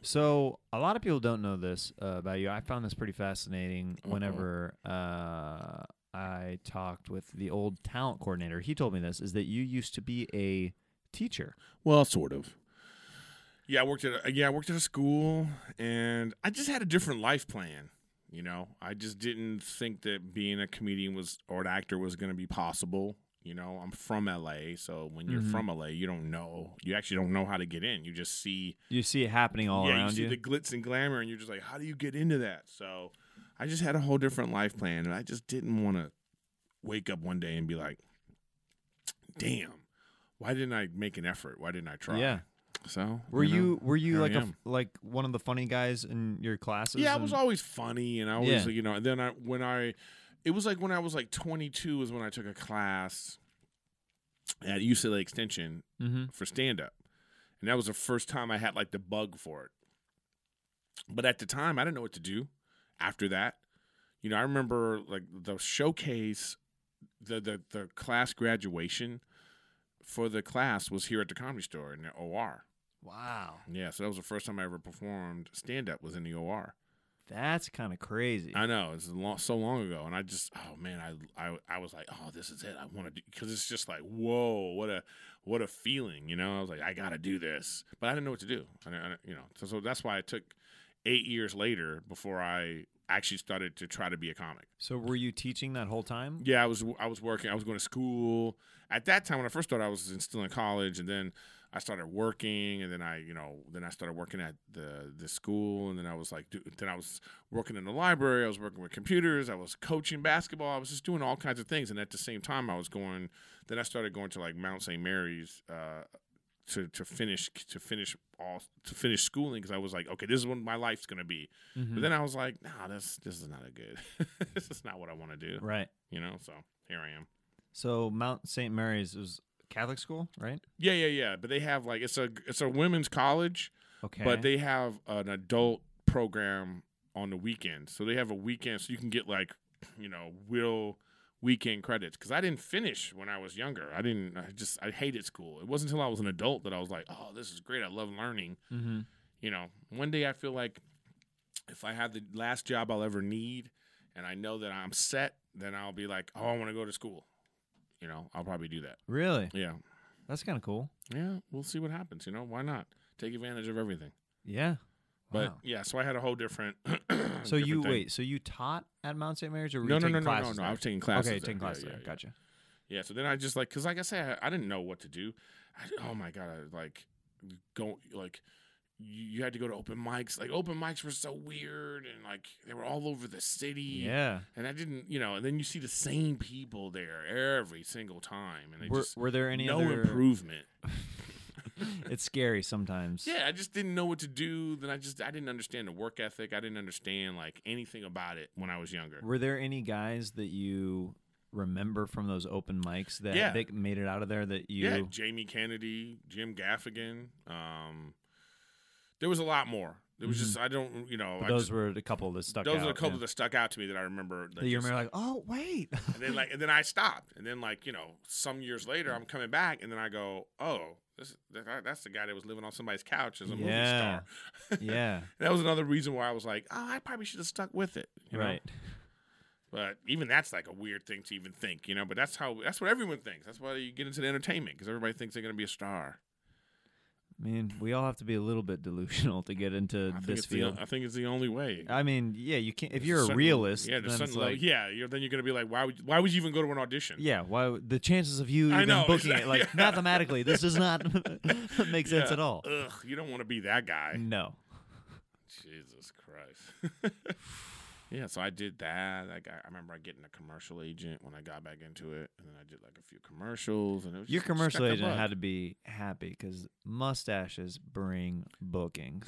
S3: So a lot of people don't know this uh, about you. I found this pretty fascinating.
S2: Uh-oh.
S3: Whenever uh, I talked with the old talent coordinator, he told me this is that you used to be a teacher.
S2: Well, sort of. Yeah, I worked at a, uh, yeah, I worked at a school, and I just had a different life plan. You know, I just didn't think that being a comedian was or an actor was going to be possible. You know, I'm from LA, so when you're
S3: Mhm.
S2: from LA, you don't know. You actually don't know how to get in. You just see
S3: You see it happening all
S2: yeah,
S3: around
S2: you see
S3: you.
S2: the glitz and glamour, and you're just like, how do you get into that? So I just had a whole different life plan, and I just didn't want to wake up one day and be like, damn, why didn't I make an effort? Why didn't I try?
S3: Yeah.
S2: So
S3: Were
S2: know,
S3: you were you
S2: here
S3: like
S2: I
S3: a f-
S2: am.
S3: like one of the funny guys in your classes?
S2: yeah, I was
S3: and-
S2: always funny, and I always
S3: Yeah.
S2: you know. And then I when I, it was like when I was like 22 is when I took a class at UCLA Extension
S3: Mhm.
S2: for stand up. And that was the first time I had like the bug for it. But at the time, I didn't know what to do after that. You know, I remember like the showcase, the the, the class graduation for the class was here at the comedy store in the OR.
S3: Wow,
S2: Yeah, so that was the first time I ever performed stand up was in the OR.
S3: that's kind of crazy.
S2: I know it's long, so long ago, and I just oh man, I I, I was like oh this is it. I want to do because it's just like whoa, what a what a feeling, you know. I was like I gotta do this, but I didn't know what to do. I, didn't- I, didn't- you know, so, so that's why it took eight years later before I actually started to try to be a comic.
S3: so were you teaching that whole time?
S2: Yeah, I was I was working. I was going to school at that time when I first started. I was in, still in college, and then I started working, and then I you know then I started working at the the school, and then I was like do, then I was working in the library. I was working with computers. I was coaching basketball. I was just doing all kinds of things, and at the same time, I was going. Then I started going to like Mount St. Mary's. Uh, to, to finish to finish all to finish schooling because I was like okay this is what my life's gonna be
S3: Mhm.
S2: but then I was like nah this this is not a good this is not what I want to do
S3: Right.
S2: you know so here i am
S3: So Mount St. Mary's was Catholic school, right?
S2: yeah yeah yeah but they have like it's a it's a women's college
S3: Okay.
S2: but they have an adult program on the weekend so they have a weekend so you can get like you know will weekend credits because i didn't finish when i was younger i didn't i just i hated school it wasn't until i was an adult that i was like oh this is great i love learning
S3: mm-hmm.
S2: you know one day i feel like if i have the last job i'll ever need and i know that i'm set then i'll be like oh i want to go to school you know i'll probably do that
S3: Really?
S2: yeah
S3: That's kind of cool.
S2: Yeah, we'll see what happens. You know, why not take advantage of everything?
S3: Yeah.
S2: But
S3: Wow.
S2: yeah, so I had a whole different.
S3: so
S2: different
S3: you
S2: thing.
S3: wait. So you taught at Mount St. Mary's, or were
S2: No,
S3: you
S2: no,
S3: taking
S2: no, no, no,
S3: classes
S2: no.
S3: there?
S2: I was taking classes.
S3: Okay,
S2: there.
S3: taking classes
S2: yeah,
S3: there.
S2: Yeah, yeah.
S3: Gotcha.
S2: Yeah, so then I just like, cause like I said, I, I didn't know what to do. I, oh my god, I, like go like you, you had to go to open mics. Like open mics were so weird, and like they were all over the city.
S3: Yeah.
S2: and I didn't, you know. And then you see the same people there every single time, and they
S3: Were,
S2: just
S3: were there any
S2: no
S3: other?
S2: improvement.
S3: it's scary sometimes.
S2: Yeah, I just didn't know what to do. Then I just I didn't understand the work ethic. I didn't understand like anything about it when I was younger.
S3: Were there any guys that you remember from those open mics that
S2: Yeah.
S3: they made it out of there that you?
S2: Yeah, Jamie Kennedy, Jim Gaffigan. Um, there was a lot more. There was
S3: Mhm.
S2: just I don't you know
S3: but
S2: I
S3: those
S2: just-
S3: were a couple that stuck
S2: those
S3: out.
S2: are a couple
S3: yeah.
S2: that stuck out to me that I remember. that
S3: that you
S2: just-
S3: remember, like, oh wait.
S2: and then like and then I stopped and then like you know some years later I'm coming back and then I go oh this that, that's the guy that was living on somebody's couch as a
S3: Yeah.
S2: movie star.
S3: yeah.
S2: that was another reason why I was like oh I probably should have stuck with it. you know?
S3: Right.
S2: But even that's like a weird thing to even think, you know. But that's how that's what everyone thinks. That's why you get into the entertainment because everybody thinks they're going to be a star.
S3: I mean, we all have to be a little bit delusional to get into
S2: I think,
S3: this
S2: it's the,
S3: field.
S2: I think it's the only way.
S3: I mean, yeah, you can't if
S2: There's
S3: you're a
S2: certain-
S3: realist.
S2: yeah,
S3: then
S2: there's
S3: it's
S2: certain level-
S3: like,
S2: yeah. You're, then you're going to be like, why would why would you even go to an audition?
S3: Yeah, why would- the chances of you
S2: I
S3: even
S2: know,
S3: booking it
S2: exactly.
S3: like mathematically this does not make sense
S2: Yeah.
S3: at all. Mm.
S2: Ugh, you don't want to be that guy.
S3: No.
S2: Jesus Christ. Yeah, so I did that. Like I, I remember I getting a commercial agent when I got back into it, and then I did like a few commercials. And it was
S3: Your
S2: just- just
S3: commercial
S2: got the
S3: agent
S2: bug.
S3: had to be happy because mustaches bring bookings,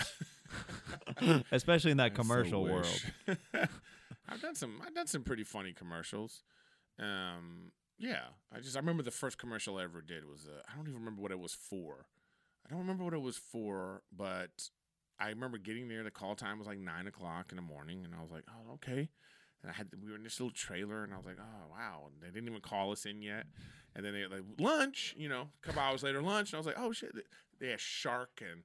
S3: especially in that
S2: I so
S3: commercial world.
S2: wish. I've done some. I've done some pretty funny commercials. Um, yeah, I just I remember the first commercial I ever did was uh, I don't even remember what it was for. I don't remember what it was for, but I remember getting there. The call time was like nine o'clock in the morning, and I was like, oh okay. And I had we were in this little trailer, and I was like, oh wow. And they didn't even call us in yet. And then they like lunch, you know, a couple hours later lunch, and I was like, oh shit. They had shark and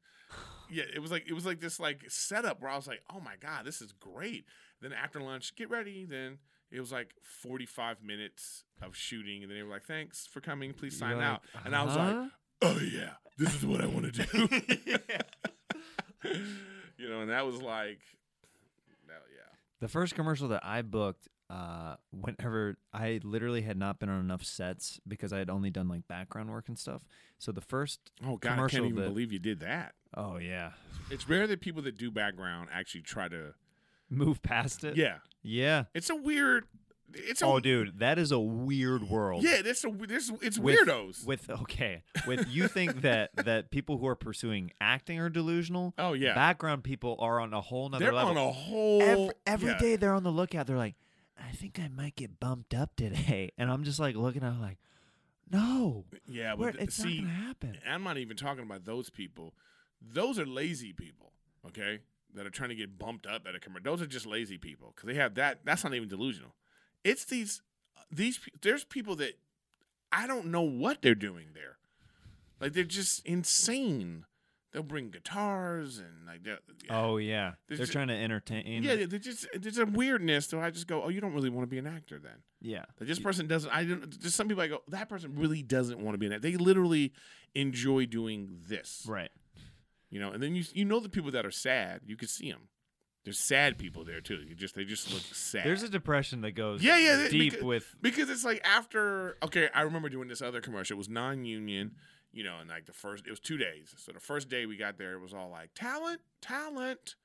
S2: yeah, it was like it was like this like setup where I was like, oh my god, this is great. Then after lunch, get ready. Then it was like forty five minutes of shooting, and then they were like, thanks for coming, please sign
S3: You're
S2: out.
S3: like, "Uh-huh."
S2: And I was like,
S3: "Huh?"
S2: oh yeah, this is what I want to do. you know, and that was like, that, yeah,
S3: The first commercial that I booked, uh, whenever I literally had not been on enough sets because I had only done like background work and stuff. So the first,
S2: oh god, I
S3: Commercial
S2: can't even
S3: that-
S2: believe you did that.
S3: oh yeah,
S2: It's rare that people that do background actually try to.
S3: move past it.
S2: Yeah,
S3: yeah.
S2: it's a weird. It's a
S3: Oh, dude, that is a weird world.
S2: yeah. That's a this. It's
S3: With-
S2: weirdos.
S3: With okay, with you think that that people who are pursuing acting are delusional?
S2: oh yeah,
S3: Background people are on a whole nother
S2: they're on
S3: level.
S2: a whole
S3: Every, every
S2: yeah.
S3: day they're on the lookout. They're like, I think I might get bumped up today, and I'm just like looking at it like, no,
S2: Yeah,
S3: we're-
S2: but th-
S3: it's
S2: see,
S3: not gonna happen.
S2: I'm not even talking about those people. Those are lazy people, okay? That are trying to get bumped up at a commercial. Those are just lazy people because they have that. That's not even delusional. It's these uh, these pe- there's people that I don't know what they're doing there. Like they're just insane. They'll bring guitars and like they're-
S3: Oh yeah,
S2: There's
S3: they're
S2: ju-
S3: trying to entertain.
S2: yeah, they're just there's a weirdness. So I just go, oh, you don't really want to be an actor then.
S3: yeah.
S2: That this person doesn't. I don't. Just some people. I go. That person really doesn't want to be in that. They literally enjoy doing this.
S3: Right.
S2: You know. And then you you know the people that are sad. You can see them. There's sad people there too. You just they just look sad.
S3: There's a depression that goes
S2: Yeah, yeah, that-
S3: deep
S2: because-
S3: with
S2: because it's like after okay i remember doing this other commercial it was non-union you know and like the first it was two days so the first day we got there it was all like talent talent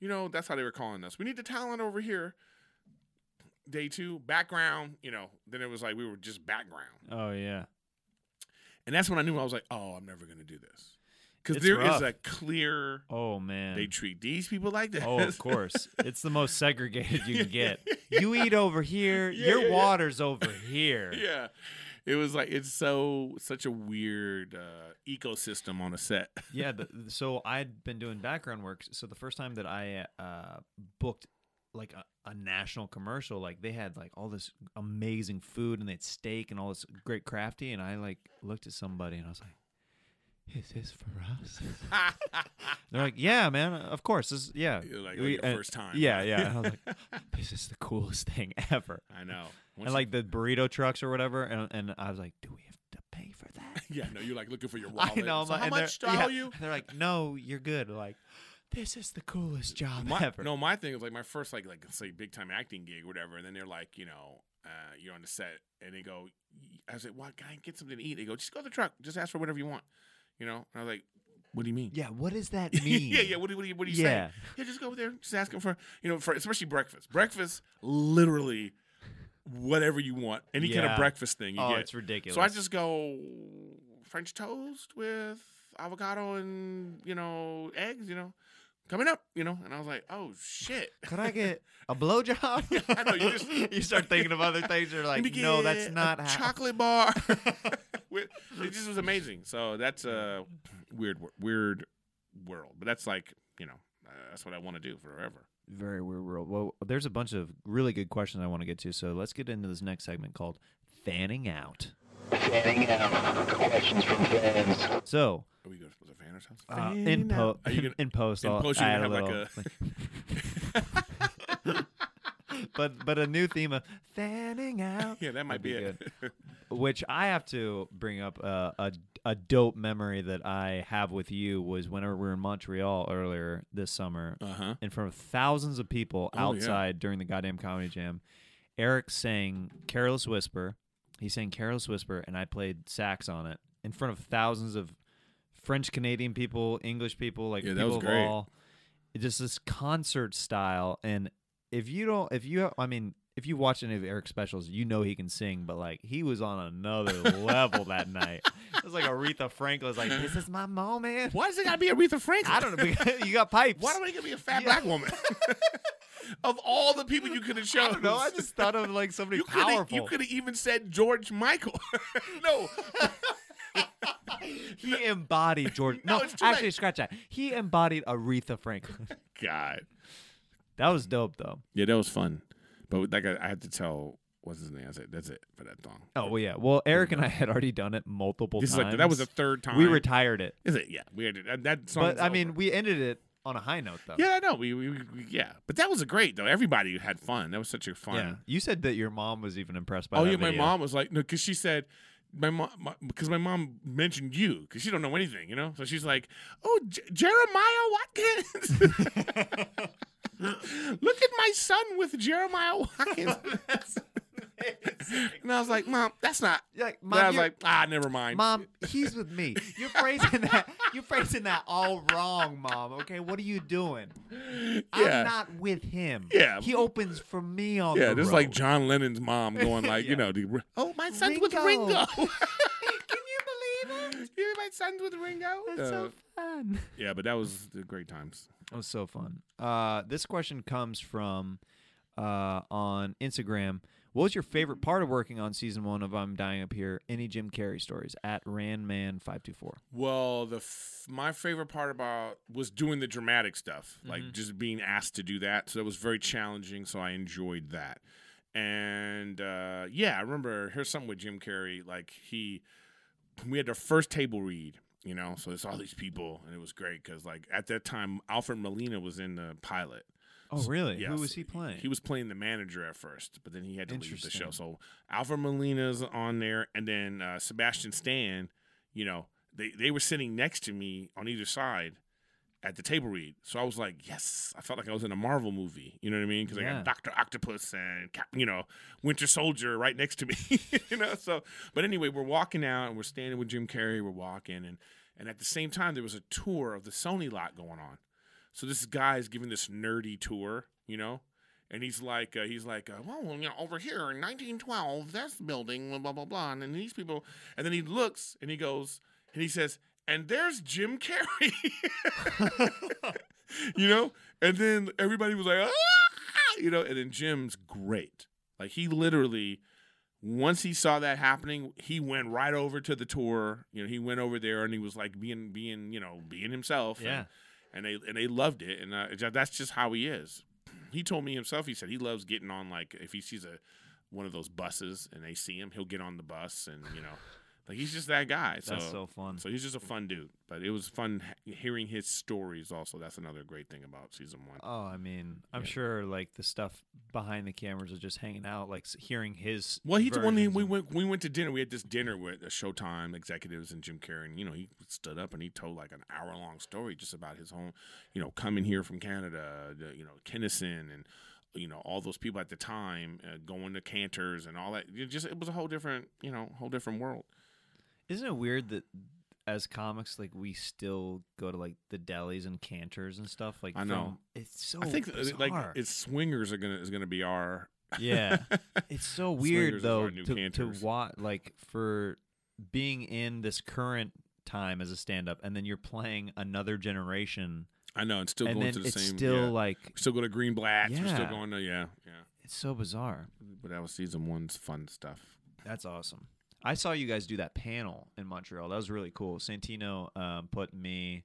S2: you know that's how they were calling us we need the talent over here day two background you know then it was like we were just background
S3: Oh yeah.
S2: and that's when i knew i was like oh i'm never going to do this because
S3: It's
S2: there is
S3: rough.
S2: a clear
S3: Oh man.
S2: they treat these people like this
S3: oh, of course. It's the most segregated you can
S2: Yeah,
S3: get. You eat over here,
S2: Yeah,
S3: your
S2: yeah, yeah.
S3: water's over here.
S2: yeah it was like it's so such a weird uh, ecosystem on a set
S3: yeah the, so i'd been doing background work so the first time that i uh, booked like a, a national commercial like they had like all this amazing food and they had steak and all this great crafty and i like looked at somebody and i was like is this for us they're like yeah man of course this yeah
S2: You're like, like
S3: We-
S2: your
S3: and-
S2: first time.
S3: yeah yeah and i was like this is the coolest thing ever
S2: I know. Once
S3: and like the burrito trucks or whatever and, and i was like do we have to pay for that
S2: you- yeah, no, you're like looking for your wallet.
S3: I know.
S2: So
S3: I'm like-
S2: how
S3: and they're-
S2: much do I
S3: yeah,
S2: owe you?
S3: and They're like, no, you're good. Like, this is the coolest job
S2: My,
S3: ever.
S2: no, my thing is like my first like like say big time acting gig or whatever, and then they're like, you know, uh, you're on the set, and they go, I was like, why can I get something to eat? They go, just go to the truck, just ask for whatever you want, you know. And I was like, what do you mean?
S3: Yeah, what does that mean?
S2: yeah, yeah. What do what do you what do you
S3: Yeah.
S2: say? Yeah, just go over there, just ask them for you know for especially breakfast. Breakfast, literally, whatever you want, any kind of
S3: Yeah.
S2: breakfast thing. You
S3: Oh,
S2: get.
S3: it's ridiculous.
S2: So I just go French toast with avocado and you know eggs, you know, coming up, you know. And I was like, oh shit.
S3: Could I get a blowjob?
S2: I know, you just-
S3: You start thinking of other things. You're
S2: Let
S3: like,
S2: me
S3: no,
S2: get
S3: that's
S2: a
S3: not how.
S2: chocolate bar. With- it just was amazing. So that's a weird, wor- weird world, but that's like you know. Uh, that's what I want to do forever.
S3: Very weird world. Well, there's a bunch of really good questions I want to get to. So let's get into this next segment called fanning out. So
S2: Are we going to supposed to fan ourselves?
S3: uh, in, po-
S2: Are you gonna-
S3: in post,
S2: in
S3: I'll
S2: post you're
S3: add
S2: gonna
S3: a
S2: have
S3: little,
S2: like
S3: but but a new theme of fanning out.
S2: yeah, that might
S3: That'd be
S2: be, it.
S3: Which I have to bring up uh, a a dope memory that I have with you was whenever we were in Montreal earlier this summer
S2: uh huh.
S3: in front of thousands of people
S2: Oh, yeah.
S3: outside during the goddamn comedy jam. Eric sang "Careless Whisper." He sang "Careless Whisper," and I played sax on it in front of thousands of French Canadian people, English people, like
S2: Yeah, that
S3: people
S2: was
S3: of
S2: great.
S3: all. Just this concert style, and
S1: if you don't, if you, I mean, if you watch any of Eric's specials, you know he can sing, but like he was on another level that night. It was like Aretha Franklin was like, "This is my moment."
S2: Why does it gotta be Aretha Franklin?
S1: I don't know. because You got pipes.
S2: Why do I gotta be a fat black woman? of all the people you could have
S1: I
S2: shown,
S1: don't know. I just thought of like somebody
S2: you could
S1: powerful.
S2: you could have even said George Michael. no,
S1: he embodied George.
S2: No,
S1: No,
S2: it's too late.
S1: actually, scratch that. He embodied Aretha Franklin.
S2: God,
S1: that was dope, though.
S2: yeah, that was fun. But like I, I had to tell what's his name. I said that's it for that song.
S1: Oh well, yeah. Well, Eric and I had already done it multiple
S2: This is
S1: times.
S2: like that was the third time
S1: We retired it,
S2: Is it? Yeah, we had that, that song.
S1: but
S2: is
S1: I mean,
S2: over.
S1: we ended it on a high note, though.
S2: yeah, I know. We, we, we yeah, but that was a great though. Everybody had fun. That was such a fun.
S1: Yeah. You said that your mom was even impressed by.
S2: Oh
S1: that
S2: yeah, my
S1: video.
S2: mom was like, no, because she said. My mom, because my, mom mentioned you, because she don't know anything, you know. So she's like, "Oh, J- Jeremiah Watkins, look at my son with Jeremiah Watkins." and I was like, "Mom, that's not."
S1: Yeah, like,
S2: and I
S1: mom,
S2: was
S1: you're-
S2: like, "Ah, never mind."
S1: mom, he's with me. You're phrasing that. You're phrasing that all wrong, mom. Okay, what are you doing?
S2: Yeah.
S1: I'm not with him.
S2: Yeah.
S1: He opens for me on
S2: yeah,
S1: the
S2: this is
S1: road.
S2: like John Lennon's mom going like, you
S1: Yeah.
S2: know, the, "Oh, my son's with
S1: Ringo.
S2: Ringo."
S1: Can you believe it?
S2: Yeah, my son's with Ringo. Uh,
S1: That's so fun.
S2: yeah, but that was the great times.
S1: That was so fun. Uh, this question comes from uh, on Instagram. What was your favorite part of working on season one of I'm Dying Up Here? Any Jim Carrey stories at Ranman524.
S2: Well, the f- my favorite part about was doing the dramatic stuff,
S1: Mm-hmm.
S2: like just being asked to do that. So that was very challenging. So I enjoyed that. And uh, yeah, I remember here's something with Jim Carrey. Like he, we had our first table read. You know, so it's all these people, and it was great because like at that time, Alfred Molina was in the pilot.
S1: Oh, really?
S2: Yeah,
S1: Who was
S2: so
S1: he playing?
S2: He was playing the manager at first, but then he had to leave the show.
S1: Interesting.
S2: So Alfred Molina's on there, and then uh, Sebastian Stan. You know, they they were sitting next to me on either side at the table read. So I was like, yes, I felt like I was in a Marvel movie. You know what I mean? Because I
S1: Yeah.
S2: got Doctor Octopus and Cap, you know Winter Soldier right next to me. you know, so but anyway, we're walking out and we're standing with Jim Carrey. We're walking and. And at the same time, there was a tour of the Sony lot going on. So this guy is giving this nerdy tour, you know, and he's like, uh, he's like, uh, well, you know, over here in 1912, that's the building, blah blah blah blah, and then these people, and then he looks and he goes and he says, and there's Jim Carrey, you know, and then everybody was like, ah! you know, and then Jim's great, like he literally. Once he saw that happening, he went right over to the tour. You know, he went over there and he was like being, being, you know, being himself.
S3: Yeah.
S2: And- and they and they loved it, and uh, ju- that's just how he is. He told me himself. He said he loves getting on like if he sees a one of those buses and they see him, he'll get on the bus, and you know, like he's just that guy. So,
S3: That's so fun.
S2: so he's just a fun dude. But it was fun h- hearing his stories. Also, that's another great thing about season one.
S1: Oh, I mean,
S3: I'm
S1: yeah.
S3: sure like the stuff behind the cameras is just hanging out, like s- hearing his.
S2: Well, he when he,
S3: versions
S2: we
S3: of-
S2: went we went to dinner. We had this dinner with the Showtime executives and Jim Carrey. And, you know, he stood up and he told like an hour long story just about his own, you know, coming here from Canada. The, you know, Kennison and you know all those people at the time uh, going to Cantors and all that. It just it was a whole different you know whole different world.
S3: Isn't it weird that as comics, like we still go to like the delis and canters and stuff? Like
S2: I know.
S3: From, it's so.
S2: I think uh, like
S3: bizarre.
S2: it's swingers are gonna is gonna be our
S3: yeah. It's so
S2: Swingers
S3: weird
S2: is our
S3: though
S2: new
S3: to, to
S2: canters.
S3: watch like for being in this current time as a stand up and then you're playing another generation
S2: I know and still
S3: and
S2: going
S3: then
S2: to the
S3: it's
S2: same
S3: still
S2: yeah.
S3: like
S2: we still go to Green Blacks. We're still
S3: Yeah.
S2: going to yeah yeah.
S3: it's so bizarre.
S2: But that was season one's fun stuff.
S3: That's awesome. I saw you guys do that panel in Montreal. That was really cool. Santino um, put me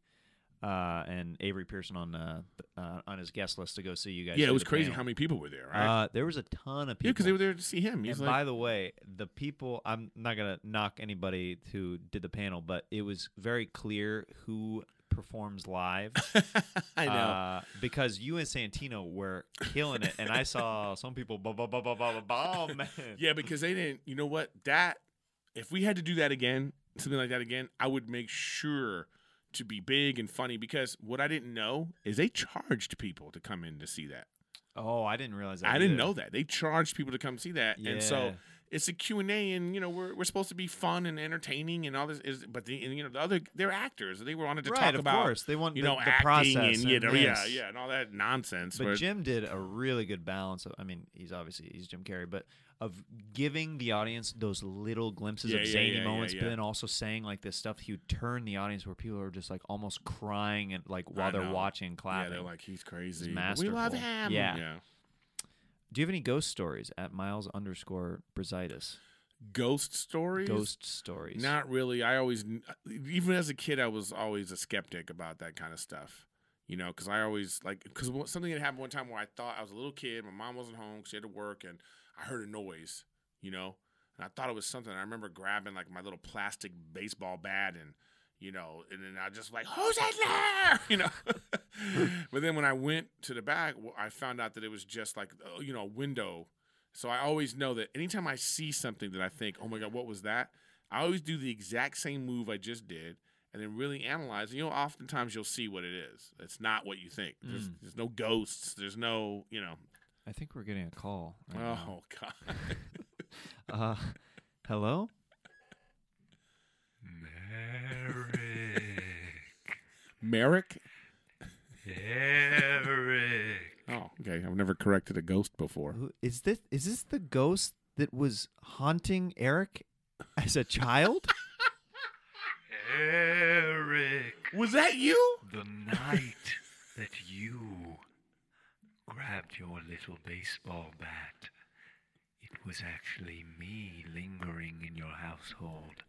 S3: uh, and Avery Pearson on uh, th- uh, on his guest list to go see you guys.
S2: Yeah,
S3: do
S2: it was
S3: the
S2: crazy
S3: panel.
S2: how many people were there. Right?
S3: uh, there was a ton of people.
S2: yeah, because they were there to see him. He's
S3: and
S2: like,
S3: by the way, the people I'm not gonna knock anybody who did the panel, but it was very clear who performs live.
S2: I
S3: Uh, because you and Santino were killing it, and I saw some people ba ba ba ba ba ba ba. man.
S2: yeah, because they didn't. You know what? That if we had to do that again, something like that again, I would make sure to be big and funny. Because what I didn't know is they charged people to come in to see that.
S3: Oh, I didn't realize that.
S2: I didn't
S3: either.
S2: know that they charged people to come see that, and so
S3: Yeah.
S2: it's a Q&A and you know we're, we're supposed to be fun and entertaining and all this is but the and, you know the other they're actors they wanted to
S3: right,
S2: talk
S3: of
S2: about
S3: course. They want
S2: you
S3: the,
S2: know
S3: the
S2: acting
S3: process
S2: and, you know, yeah
S3: this.
S2: yeah and all that nonsense
S3: But
S2: where-
S3: Jim did a really good balance of I mean, he's obviously he's Jim Carrey, but of giving the audience those little glimpses
S2: Yeah,
S3: of
S2: yeah,
S3: zany
S2: yeah, yeah,
S3: moments,
S2: yeah.
S3: but then also saying like this stuff he would turn the audience where people are just like almost crying and like while
S2: I
S3: they're
S2: know.
S3: watching
S2: yeah
S3: clapping.
S2: they're like he's crazy we
S3: masterful.
S2: love him
S3: Yeah. Do you have any ghost stories at Miles underscore Brasitis?
S2: ghost stories
S3: Ghost stories.
S2: Not really. I always, uh, even as a kid, I was always a skeptic about that kind of stuff. You know, because I always like because something had happened one time where I thought I was a little kid, my mom wasn't home, she had to work, and I heard a noise. You know, and I thought it was something. I remember grabbing like my little plastic baseball bat and. You know, and then I just like, who's in there? You know. but then when I went to the back, w- I found out that it was just like, oh, you know, a window. So I always know that anytime I see something that I think, oh my God, what was that? I always do the exact same move I just did and then really analyze. You know, oftentimes you'll see what it is. It's not what you think. There's,
S3: Mm.
S2: there's no ghosts. There's no, you know.
S3: I think we're getting a call. right now.
S2: Oh, God. Oh.
S3: Uh, hello?
S2: Merrick?
S4: Eric.
S2: Oh, okay. I've never corrected a ghost before.
S3: Who- Is this is this the ghost that was haunting Eric as a child?
S4: Eric.
S2: Was that you?
S4: The night that you grabbed your little baseball bat, it was actually me lingering in your household.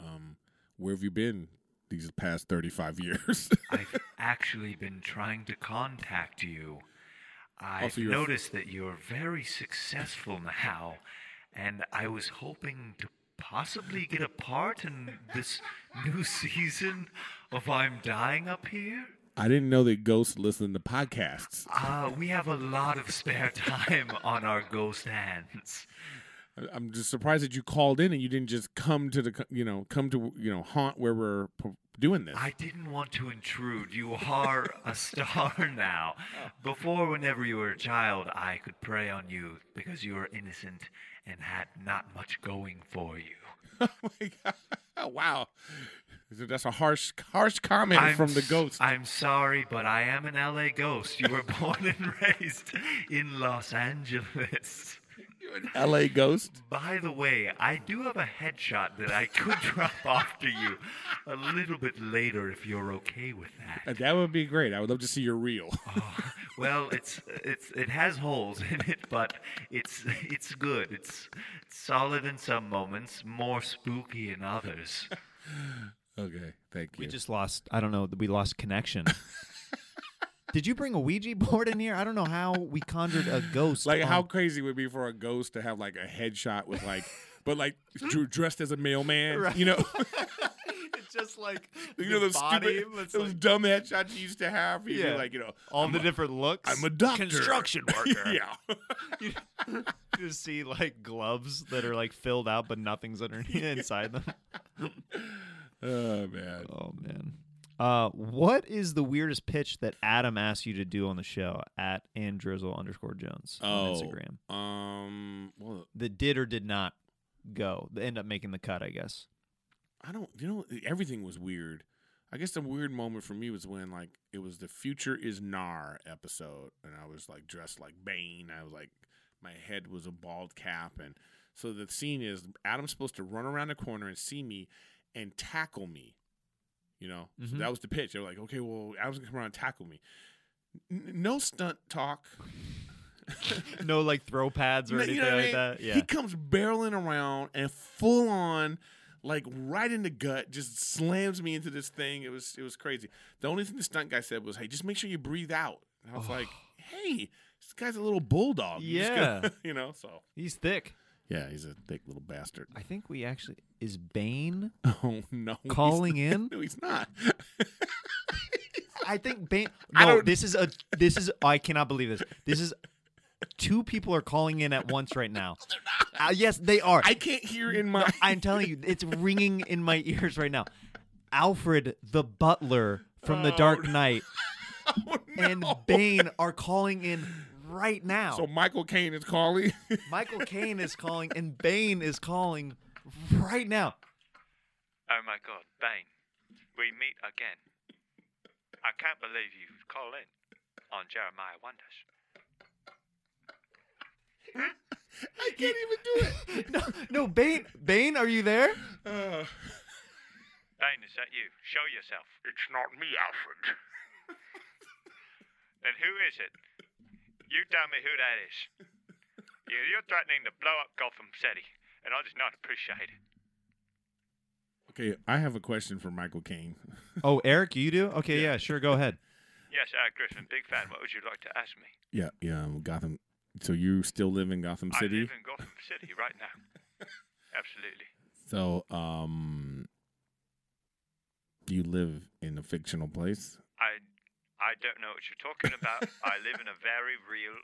S2: Um, where have you been these past 35 years?
S4: I've actually been trying to contact you. I've
S2: so you're a-
S4: noticed that you're very successful now, and I was hoping to possibly get a part in this new season of I'm Dying Up Here.
S2: I didn't know that ghosts listen to podcasts.
S4: Uh, we have a lot of spare time on our ghost hands.
S2: I- I'm just surprised that you called in and you didn't just come to the, co- you know, come to, you know, haunt where we're p- doing this.
S4: I didn't want to intrude. You are a star now. Before, whenever you were a child, I could prey on you because you were innocent and had not much going for you.
S2: oh my god! Wow, that's a harsh, harsh comment
S4: I'm
S2: from the
S4: s-
S2: ghost.
S4: I'm sorry, but I am an LA ghost. You were born and raised in Los Angeles.
S2: L.A. ghost.
S4: By the way, I do have a headshot that I could drop off to you a little bit later if you're okay with
S2: Uh,
S4: that.
S2: That would be great. I would love to see your reel.
S4: Oh, well, it's it's it has holes in it, but it's it's good. It's solid in some moments, more spooky in others.
S2: okay, thank you.
S3: We just lost. I don't know. We lost connection. Did you bring a Ouija board in here? I don't know how we conjured a ghost.
S2: like
S3: on-
S2: how crazy would it be for a ghost to have like a headshot with like, but like dr- dressed as a mailman. You know,
S5: it's just like
S2: you know
S5: the
S2: those
S5: body,
S2: stupid,
S5: but it's
S2: those
S5: like-
S2: dumb headshots you used to have. You'd
S5: Yeah.
S2: be like, you know,
S3: all
S2: I'm
S3: the
S2: a-
S3: different looks.
S2: I'm a doctor,
S5: construction worker.
S2: yeah,
S3: to see like gloves that are like filled out, but nothing's underneath inside them.
S2: oh man.
S3: Oh man. Uh, what is the weirdest pitch that Adam asked you to do on the show at andrizzle underscore Jones
S2: Oh.
S3: on Instagram
S2: Um. Well,
S3: that did or did not go? They end up making the cut, I guess.
S2: I don't. You know, everything was weird. I guess the weird moment for me was when like it was the future is Nar episode, and I was like dressed like Bane. I was like my head was a bald cap, and so the scene is Adam's supposed to run around the corner and see me and tackle me. You know, so
S3: Mhm.
S2: that was the pitch. They were like, okay, well, Adam's gonna come around and tackle me. N- no stunt talk.
S3: No like throw pads or
S2: No,
S3: anything
S2: you know what I
S3: like
S2: mean?
S3: that. Yeah.
S2: He comes barreling around and full on, like right in the gut, just slams me into this thing. It was it was crazy. The only thing the stunt guy said was, "Hey, just make sure you breathe out." And I was like, "Hey, this guy's a little bulldog." You just
S3: Yeah.
S2: gotta- you know. So
S3: He's thick.
S2: yeah, he's a thick little bastard.
S3: I think we actually is Bane
S2: Oh no, he's-
S3: calling in.
S2: No, he's not.
S3: I think Bane.
S2: I
S3: No,
S2: don't-
S3: this is a this is I cannot believe this. This is two people are calling in at once right now. Uh, yes, they are.
S2: I can't hear in my.
S3: I'm telling you, it's ringing in my ears right now. Alfred the butler from The Dark Knight
S2: Oh, no.
S3: and Bane are calling in
S8: right now.
S2: So Michael Caine is calling.
S8: Michael Caine is calling and Bane is calling right now.
S7: Oh my god, Bane, we meet again. I can't believe you call in on Jeremiah Wonders.
S2: I can't even do it.
S8: No, no, Bane, Bane, are you there?
S2: Uh,
S7: Bane, is that you? Show yourself.
S6: It's not me, Alfred.
S7: Then who is it? You tell me who that is. You- You're threatening to blow up Gotham City, and I just not appreciate it.
S2: okay, I have a question for Michael Caine.
S3: Oh, Eric, you do? Okay, yeah, sure, go ahead.
S7: Yes, Eric Griffin, big fan. What would you like to ask me?
S2: Yeah, yeah, um, Gotham. So you still live in Gotham City?
S7: I live in Gotham City right now. Absolutely.
S2: So, um, you live in a fictional place.
S7: I I don't know what you're talking about. I live in a very real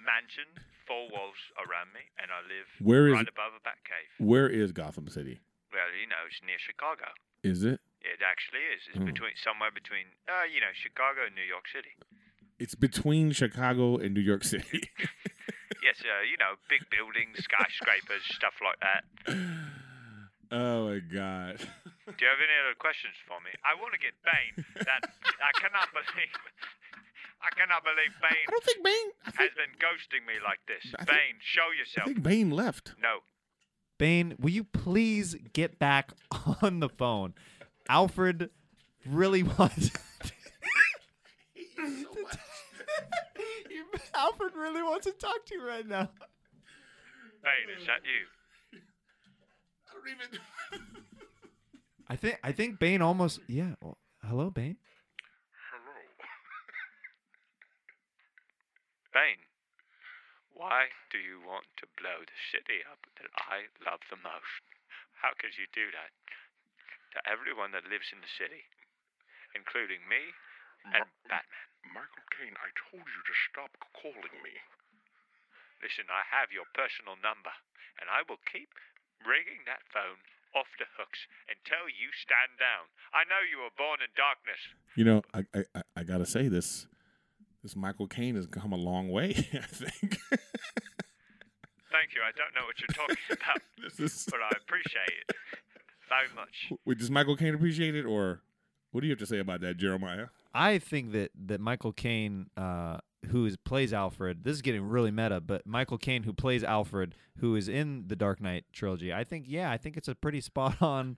S7: mansion, four walls around me, and I live
S2: Where is-
S7: right above a bat cave.
S2: Where is Gotham City?
S7: Well, you know, it's near Chicago.
S2: Is it?
S7: It actually is. It's
S2: Mm.
S7: between somewhere between uh, you know, Chicago and New York City.
S2: It's between Chicago and New York City.
S7: Yes, uh, you know, big buildings, skyscrapers, stuff like that.
S2: oh my god!
S7: Do you have any other questions for me? I want to get Bane. That I cannot believe. I cannot believe
S2: I
S7: Bane
S2: don't think Bane. I think,
S7: has been ghosting me like this.
S2: I think-
S7: Bane, show
S2: I
S7: yourself.
S2: think Bane left.
S7: No,
S3: Bane, will you please get back on the phone? Alfred really wants. Alfred really wants to talk to you right now.
S7: Bane, is that you?
S2: I don't even.
S3: I think I think Bane almost yeah. well, hello, Bane.
S6: Hello.
S7: Bane, why do you want to blow the city up that I love the most? How could you do that to everyone that lives in the city, including me and Batman?
S6: Michael Caine, I told you to stop calling me.
S7: Listen, I have your personal number, and I will keep ringing that phone off the hooks until you stand down. I know you were born in darkness.
S2: You know, I I, I- I gotta say this. This Michael Caine has come a long way. I think.
S7: Thank you. I don't know what you're talking about,
S2: this is.
S7: but uh, I appreciate it very much.
S2: Wait, does Michael Caine appreciate it, or what do you have to say about that, Jeremiah?
S3: I think that that Michael Caine, uh, who is plays Alfred, this is getting really meta, but Michael Caine, who plays Alfred, who is in the Dark Knight trilogy, I think yeah, I think it's a pretty spot on,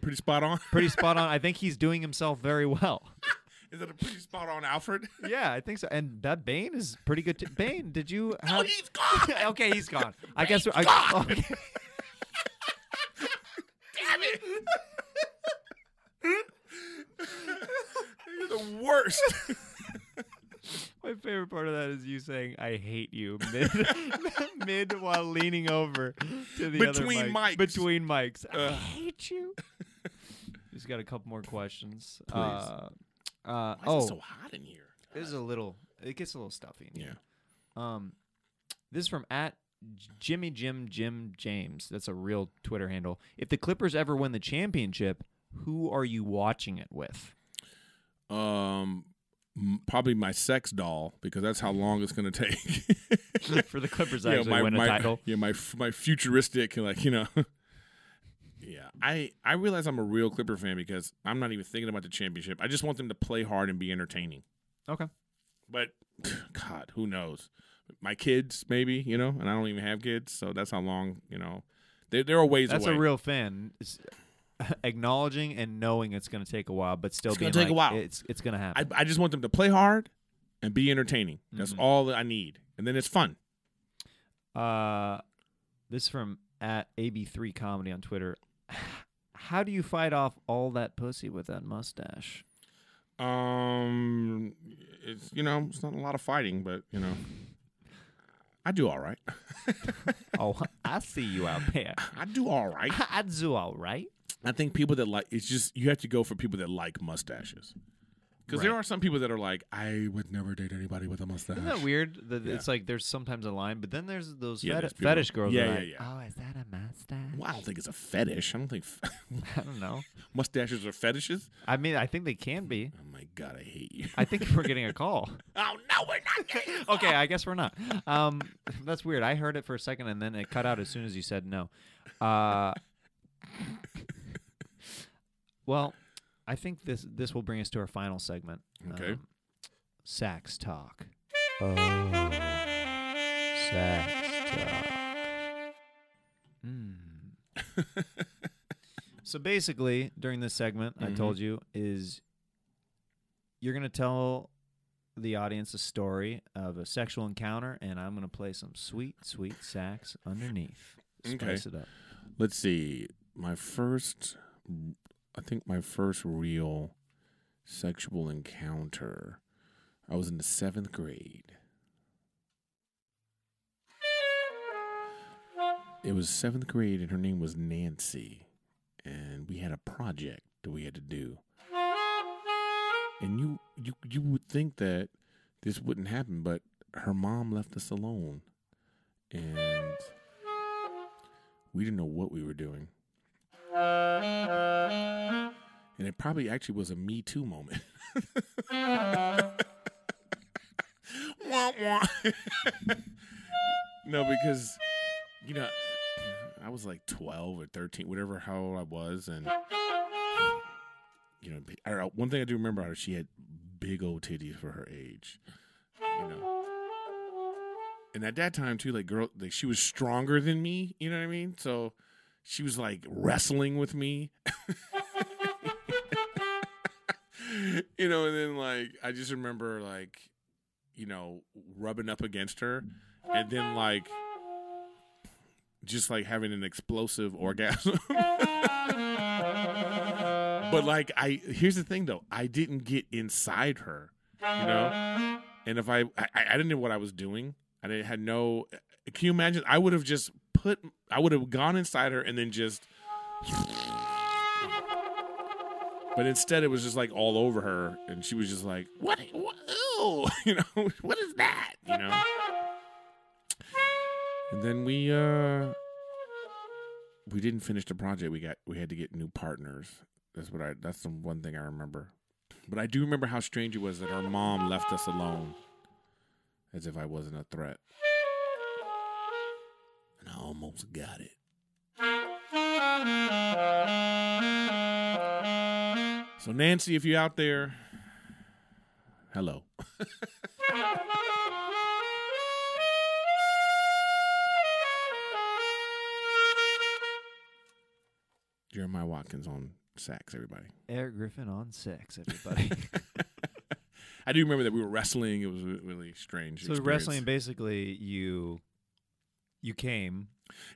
S2: Pretty spot on.
S3: pretty spot on. I think he's doing himself very well.
S2: Is that a pretty spot on, Alfred?
S3: Yeah, I think so. And that Bane is pretty good. T- Bane, did you? Have- oh, he's gone. okay, he's gone. I guess. I, okay.
S2: You're the worst.
S3: My favorite part of that is you saying "I hate you" mid, mid while leaning over to the other
S2: Between mics.
S3: mic, between mics. I
S2: Ugh.
S3: hate you. Just got a couple more questions.
S2: Please.
S3: Uh, uh,
S2: Why is
S3: oh,
S2: it so hot in here?
S3: this is a little. It gets a little stuffy. in here.
S2: Yeah.
S3: Um, this is from at Jimmy Jim Jim James. That's a real Twitter handle. If the Clippers ever win the championship, who are you watching it with?
S2: Um, m- probably my sex doll because that's how long it's gonna take.
S3: For the Clippers,
S2: Yeah,
S3: actually win a
S2: my,
S3: title.
S2: Yeah, my f- my futuristic like you know. yeah, I I realize I'm a real Clipper fan because I'm not even thinking about the championship. I just want them to play hard and be entertaining.
S3: Okay.
S2: But God, who knows? My kids, maybe you know, and I don't even have kids, so that's how long you know. They there are ways.
S3: That's
S2: away.
S3: a real fan. It's acknowledging and knowing it's going to take a while, but still
S2: It's
S3: being
S2: gonna take a
S3: like,
S2: while.
S3: It's it's going to
S2: I,
S3: happen.
S2: I just want them to play hard and be entertaining. That's
S3: Mm-hmm.
S2: all that I need, and then it's fun.
S3: uh, this is from at AB3 Comedy on Twitter. How do you fight off all that pussy with that mustache?
S2: Um, it's you know, it's not a lot of fighting, but you know, I do all right.
S3: Oh, I see you out there.
S2: I do all right.
S3: I do all right.
S2: I think people that like it's just you have to go for people that like mustaches. Because there are some people that are like, I would never date anybody with a mustache.
S3: Isn't that weird? That
S2: Yeah.
S3: it's like there's sometimes a line, but then there's those
S2: Yeah,
S3: feti-
S2: there's people-
S3: fetish girls.
S2: Yeah,
S3: that are
S2: yeah,
S3: like,
S2: yeah.
S3: Oh, is that a mustache?
S2: Well, I don't think it's a fetish. I don't think f-
S3: I don't know.
S2: mustaches are fetishes.
S3: I mean, I think they can be.
S2: Oh my god, I hate you.
S3: I think we're getting a call.
S2: oh no, we're not. Getting
S3: Okay, I guess we're not. Um, that's weird. I heard it for a second and then it cut out as soon as you said no. Uh, well, I think this this will bring us to our final segment.
S2: Okay.
S3: Um, sax talk.
S1: Oh, sax talk.
S3: Hmm. So basically, during this segment, I
S2: Mhm.
S3: told you is you're gonna tell the audience a story of a sexual encounter, and I'm gonna play some sweet, sweet sax underneath.
S2: Okay.
S3: Spice it up.
S2: Let's see. My first, I think my first real sexual encounter. I was in the seventh grade. It was seventh grade, and her name was Nancy. And we had a project that we had to do. And you, you, you would think that this wouldn't happen, but her mom left us alone, and we didn't know what we were doing. And it probably actually was a Me Too moment. Wah, wah. no, because, you know, I was like 12 or 13, whatever how old I was. And, you know, I don't know, one thing I do remember about her, she had big old titties for her age. You know and at that time too, like girl, like she was stronger than me. You know what I mean? So she was like wrestling with me. you know, and then like I just remember like, you know, rubbing up against her, and then like, just like having an explosive orgasm. but like I, here's the thing though, I didn't get inside her. You know. And if I, I, I didn't know what I was doing. I didn't, had no. Can you imagine? I would have just put. I would have gone inside her and then just. But instead, it was just like all over her, and she was just like, "What? what ew, you know, what is that? You know." And then we uh we didn't finish the project. We got we had to get new partners. That's what I. That's the one thing I remember. But I do remember how strange it was that our mom left us alone as if I wasn't a threat. And I almost got it. So, Nancy, if you're out there, hello. Jeremiah Watkins on sax, everybody.
S3: Eric Griffin on sex, everybody.
S2: I do remember that we were wrestling. It was a really strange.
S3: so
S2: experience.
S3: wrestling, basically, you you came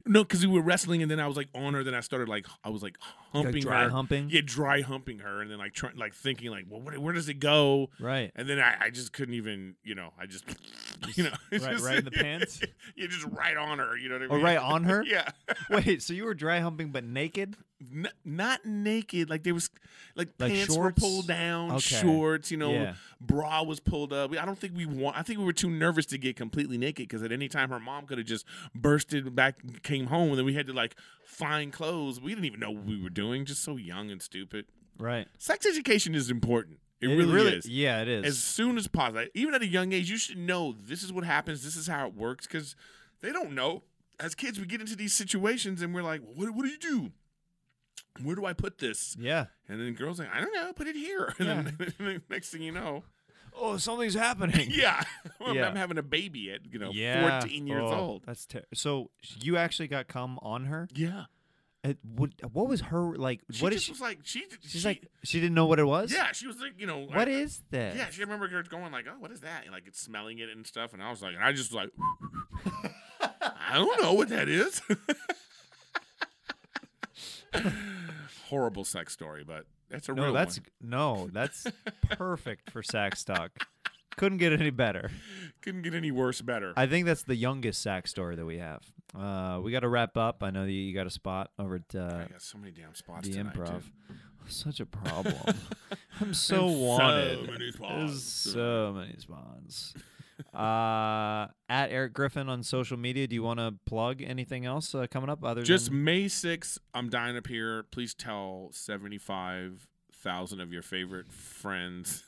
S2: No, because we were wrestling, and then I was like on her. Then I started like I was like humping
S3: dry
S2: her,
S3: humping?
S2: yeah, dry humping her, and then like trying, like thinking like, well, where, where does it go?
S3: right,
S2: And then I, I just couldn't even, you know, I just, you know, it's
S3: right,
S2: just-
S3: right in the pants.
S2: yeah, just right on her. You know what I
S3: Or
S2: mean?
S3: right on her?
S2: yeah,
S3: Wait, so you were dry humping but naked?
S2: N- not naked. Like there was, like,
S3: Like
S2: pants
S3: shorts?
S2: were pulled down,
S3: Okay.
S2: shorts. You know,
S3: Yeah.
S2: bra was pulled up. I don't think we want. I think we were too nervous to get completely naked because at any time her mom could have just bursted back, came home, and then we had to like find clothes. We didn't even know what we were doing. Just so young and stupid.
S3: Right.
S2: Sex education is important. It, really, is
S3: Yeah, it is.
S2: as soon as possible. Like, Even at a young age, you should know this is what happens. This is how it works because they don't know. As kids, we get into these situations and we're like, what, what do you do? Where do I put this?
S3: yeah.
S2: And then girls like, I don't know, put it here. And then, the next thing you know,
S3: Oh, something's happening.
S2: yeah, I'm-
S3: Yeah.
S2: I'm having a baby at you know
S3: Yeah.
S2: 14 years
S3: Oh,
S2: old.
S3: That's ter- so. You actually got cum on her.
S2: Yeah,
S3: It, what, what was her like?
S2: she
S3: what is
S2: just
S3: she?
S2: was like, she,
S3: She's
S2: she-
S3: like she didn't know what it was.
S2: yeah, she was like, you know,
S3: What
S2: I-
S3: is this?
S2: Yeah, she remember her going like, "Oh, what is that?" And like it's smelling it and stuff. And I was like, and I just like, I don't know what that is. Horrible sex story, but that's a
S3: no,
S2: real
S3: that's
S2: one.
S3: no, that's perfect for sax talk. Couldn't get any better.
S2: Couldn't get any worse, better.
S3: I think that's the youngest sax story that we have. Uh, we got to wrap up. I know that you got a spot over at uh,
S2: I got so many damn spots.
S3: the
S2: tonight,
S3: improv.
S2: dude.
S3: such a problem. I'm so wanted.
S2: many
S3: There's
S2: spots.
S3: so many spawns. uh, at Eric Griffin on social media. Do you want to plug anything else uh, coming up? Other
S2: Just
S3: than,
S2: May 6th, I'm dying up here. Please tell 75,000 of your favorite friends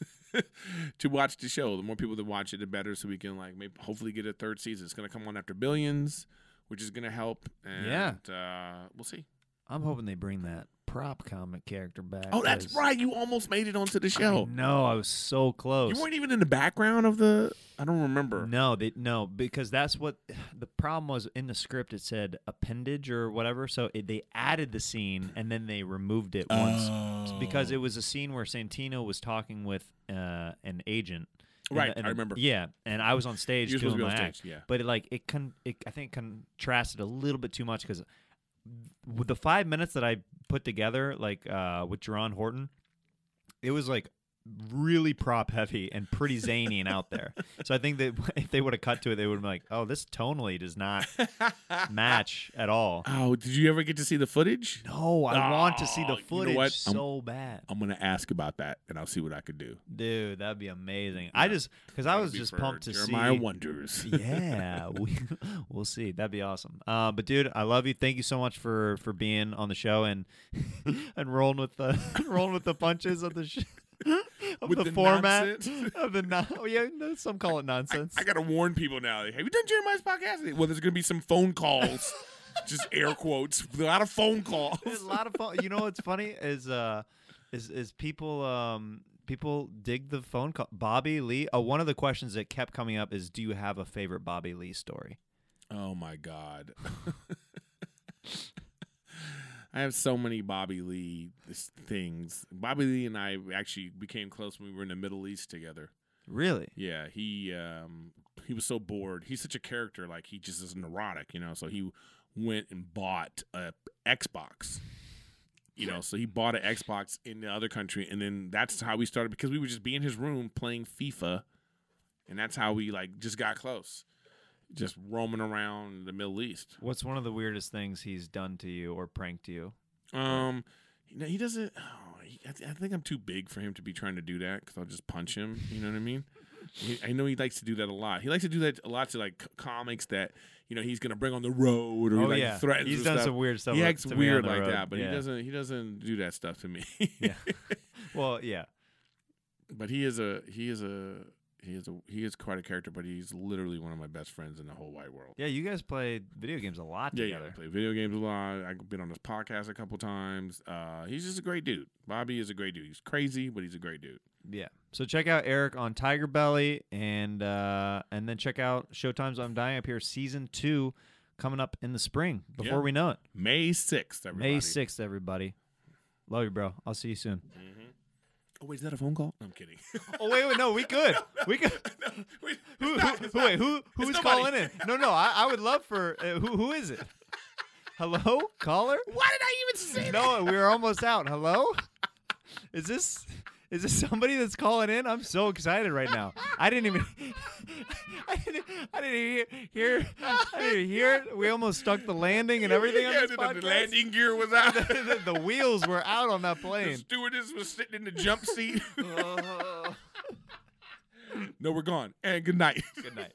S2: to watch the show. The more people that watch it, the better. So we can like maybe hopefully get a third season. It's gonna come on after Billions, which is gonna help. And, uh, we'll see.
S3: I'm hoping they bring that prop comic character back.
S2: Oh, that's
S3: 'cause
S2: right. You almost made it onto the
S3: I
S2: show.
S3: know. I was so close.
S2: You weren't even in the background of the. I don't remember.
S3: No, they no because that's what the problem was in the script. It said appendage or whatever, so it, they added the scene and then they removed it once
S2: Mm.
S3: because it was a scene where Santino was talking with uh, an agent. And
S2: Right,
S3: the- and
S2: I
S3: the-
S2: remember.
S3: Yeah, and I was on stage
S2: You were supposed
S3: doing
S2: to be
S3: my
S2: on
S3: act,
S2: stage, yeah.
S3: but it, like it con- it, I think contrasted a little bit too much because the five minutes that I put together, like uh, with Jerron Horton, it was like really prop heavy and pretty zany and out there. So I think that if they would have cut to it, they would have been like, "Oh, this tonally does not match at all."
S2: Oh, did you ever get to see the footage?
S3: No, I want to see
S2: Oh,
S3: the
S2: you know
S3: footage
S2: what? I'm-
S3: so bad,
S2: I'm gonna ask about that, and I'll see what I could do.
S3: dude. That'd be amazing. I just because I
S2: That'll
S3: was
S2: be
S3: just
S2: for
S3: pumped to
S2: Jeremiah
S3: see.
S2: Wonders.
S3: yeah, we, we'll see. That'd be awesome. Uh, but dude, I love you. Thank you so much for for being on the show and and rolling with the rolling with the punches of the sh- of
S2: With
S3: the,
S2: the
S3: format
S2: nonsense.
S3: of the non- oh, yeah, no, some call it nonsense.
S2: I gotta warn people now. Like, Have you done Jeremiah's podcast? Well, there's gonna be some phone calls, just air quotes. A lot of phone calls.
S3: There's a lot of phone. You know what's funny is uh is is people um people dig the phone call. Bobby Lee. Uh, one of the questions that kept coming up is, do you have a favorite Bobby Lee story?
S2: Oh my god. I have so many Bobby Lee s- things. Bobby Lee and I actually became close when we were in the Middle East together.
S3: Really?
S2: Yeah, he um he was so bored. He's such a character, like he just is neurotic, you know. So he went and bought a Xbox. You know, so he bought an Xbox in the other country and then that's how we started because we would just be in his room playing FIFA and that's how we like just got close. Just roaming around the Middle East.
S3: What's one of the weirdest things he's done to you or pranked you?
S2: Um, no, he doesn't. Oh, he, I, th- I think I'm too big for him to be trying to do that because I'll just punch him. You know what I mean? He, I know he likes to do that a lot. He likes to do that a lot to like c- comics that you know he's gonna bring on the road or
S3: oh
S2: like
S3: yeah,
S2: threatens.
S3: he's
S2: and
S3: done
S2: stuff.
S3: some weird stuff.
S2: He
S3: with-
S2: acts
S3: to me
S2: weird
S3: on the
S2: like
S3: road.
S2: that, but
S3: Yeah.
S2: he doesn't. He doesn't do that stuff to me.
S3: Yeah. Well, yeah,
S2: but he is a he is a he is a he is quite a character. But he's literally one of my best friends in the whole wide world.
S3: yeah. You guys play video games a lot
S2: Yeah, yeah.
S3: together.
S2: I play video games a lot. I've been on this podcast a couple times. Uh, he's just a great dude. Bobby is a great dude. He's crazy, but he's a great dude.
S3: Yeah. So check out Eric on Tiger Belly and uh and then check out Showtime's I'm Dying Up Here season two coming up in the spring before
S2: Yeah.
S3: we know it.
S2: May 6th, everybody.
S3: May sixth, everybody. Love you, bro. I'll see you soon.
S2: Oh, wait, is that a phone call? No, I'm kidding.
S3: Oh wait, wait, no, we could. We could
S2: Wait,
S3: who,
S2: it's not-
S3: who,
S2: it's
S3: who,
S2: not-
S3: wait, who, who's
S2: nobody.
S3: calling in? No, no, I, I would love for uh, who, who is it? Hello, caller.
S2: Why did I even say that?
S3: No, we were almost out. Hello? Is this is this somebody that's calling in? I'm so excited right now. I didn't even I didn't I didn't even hear I didn't even hear it. We almost stuck the landing and everything on
S2: Yeah,
S3: this
S2: the,
S3: podcast.
S2: the landing gear was out. the
S3: the, the wheels were out on that plane.
S2: stewardess was sitting in the jump seat. no, we're gone. And good night.
S3: Good night.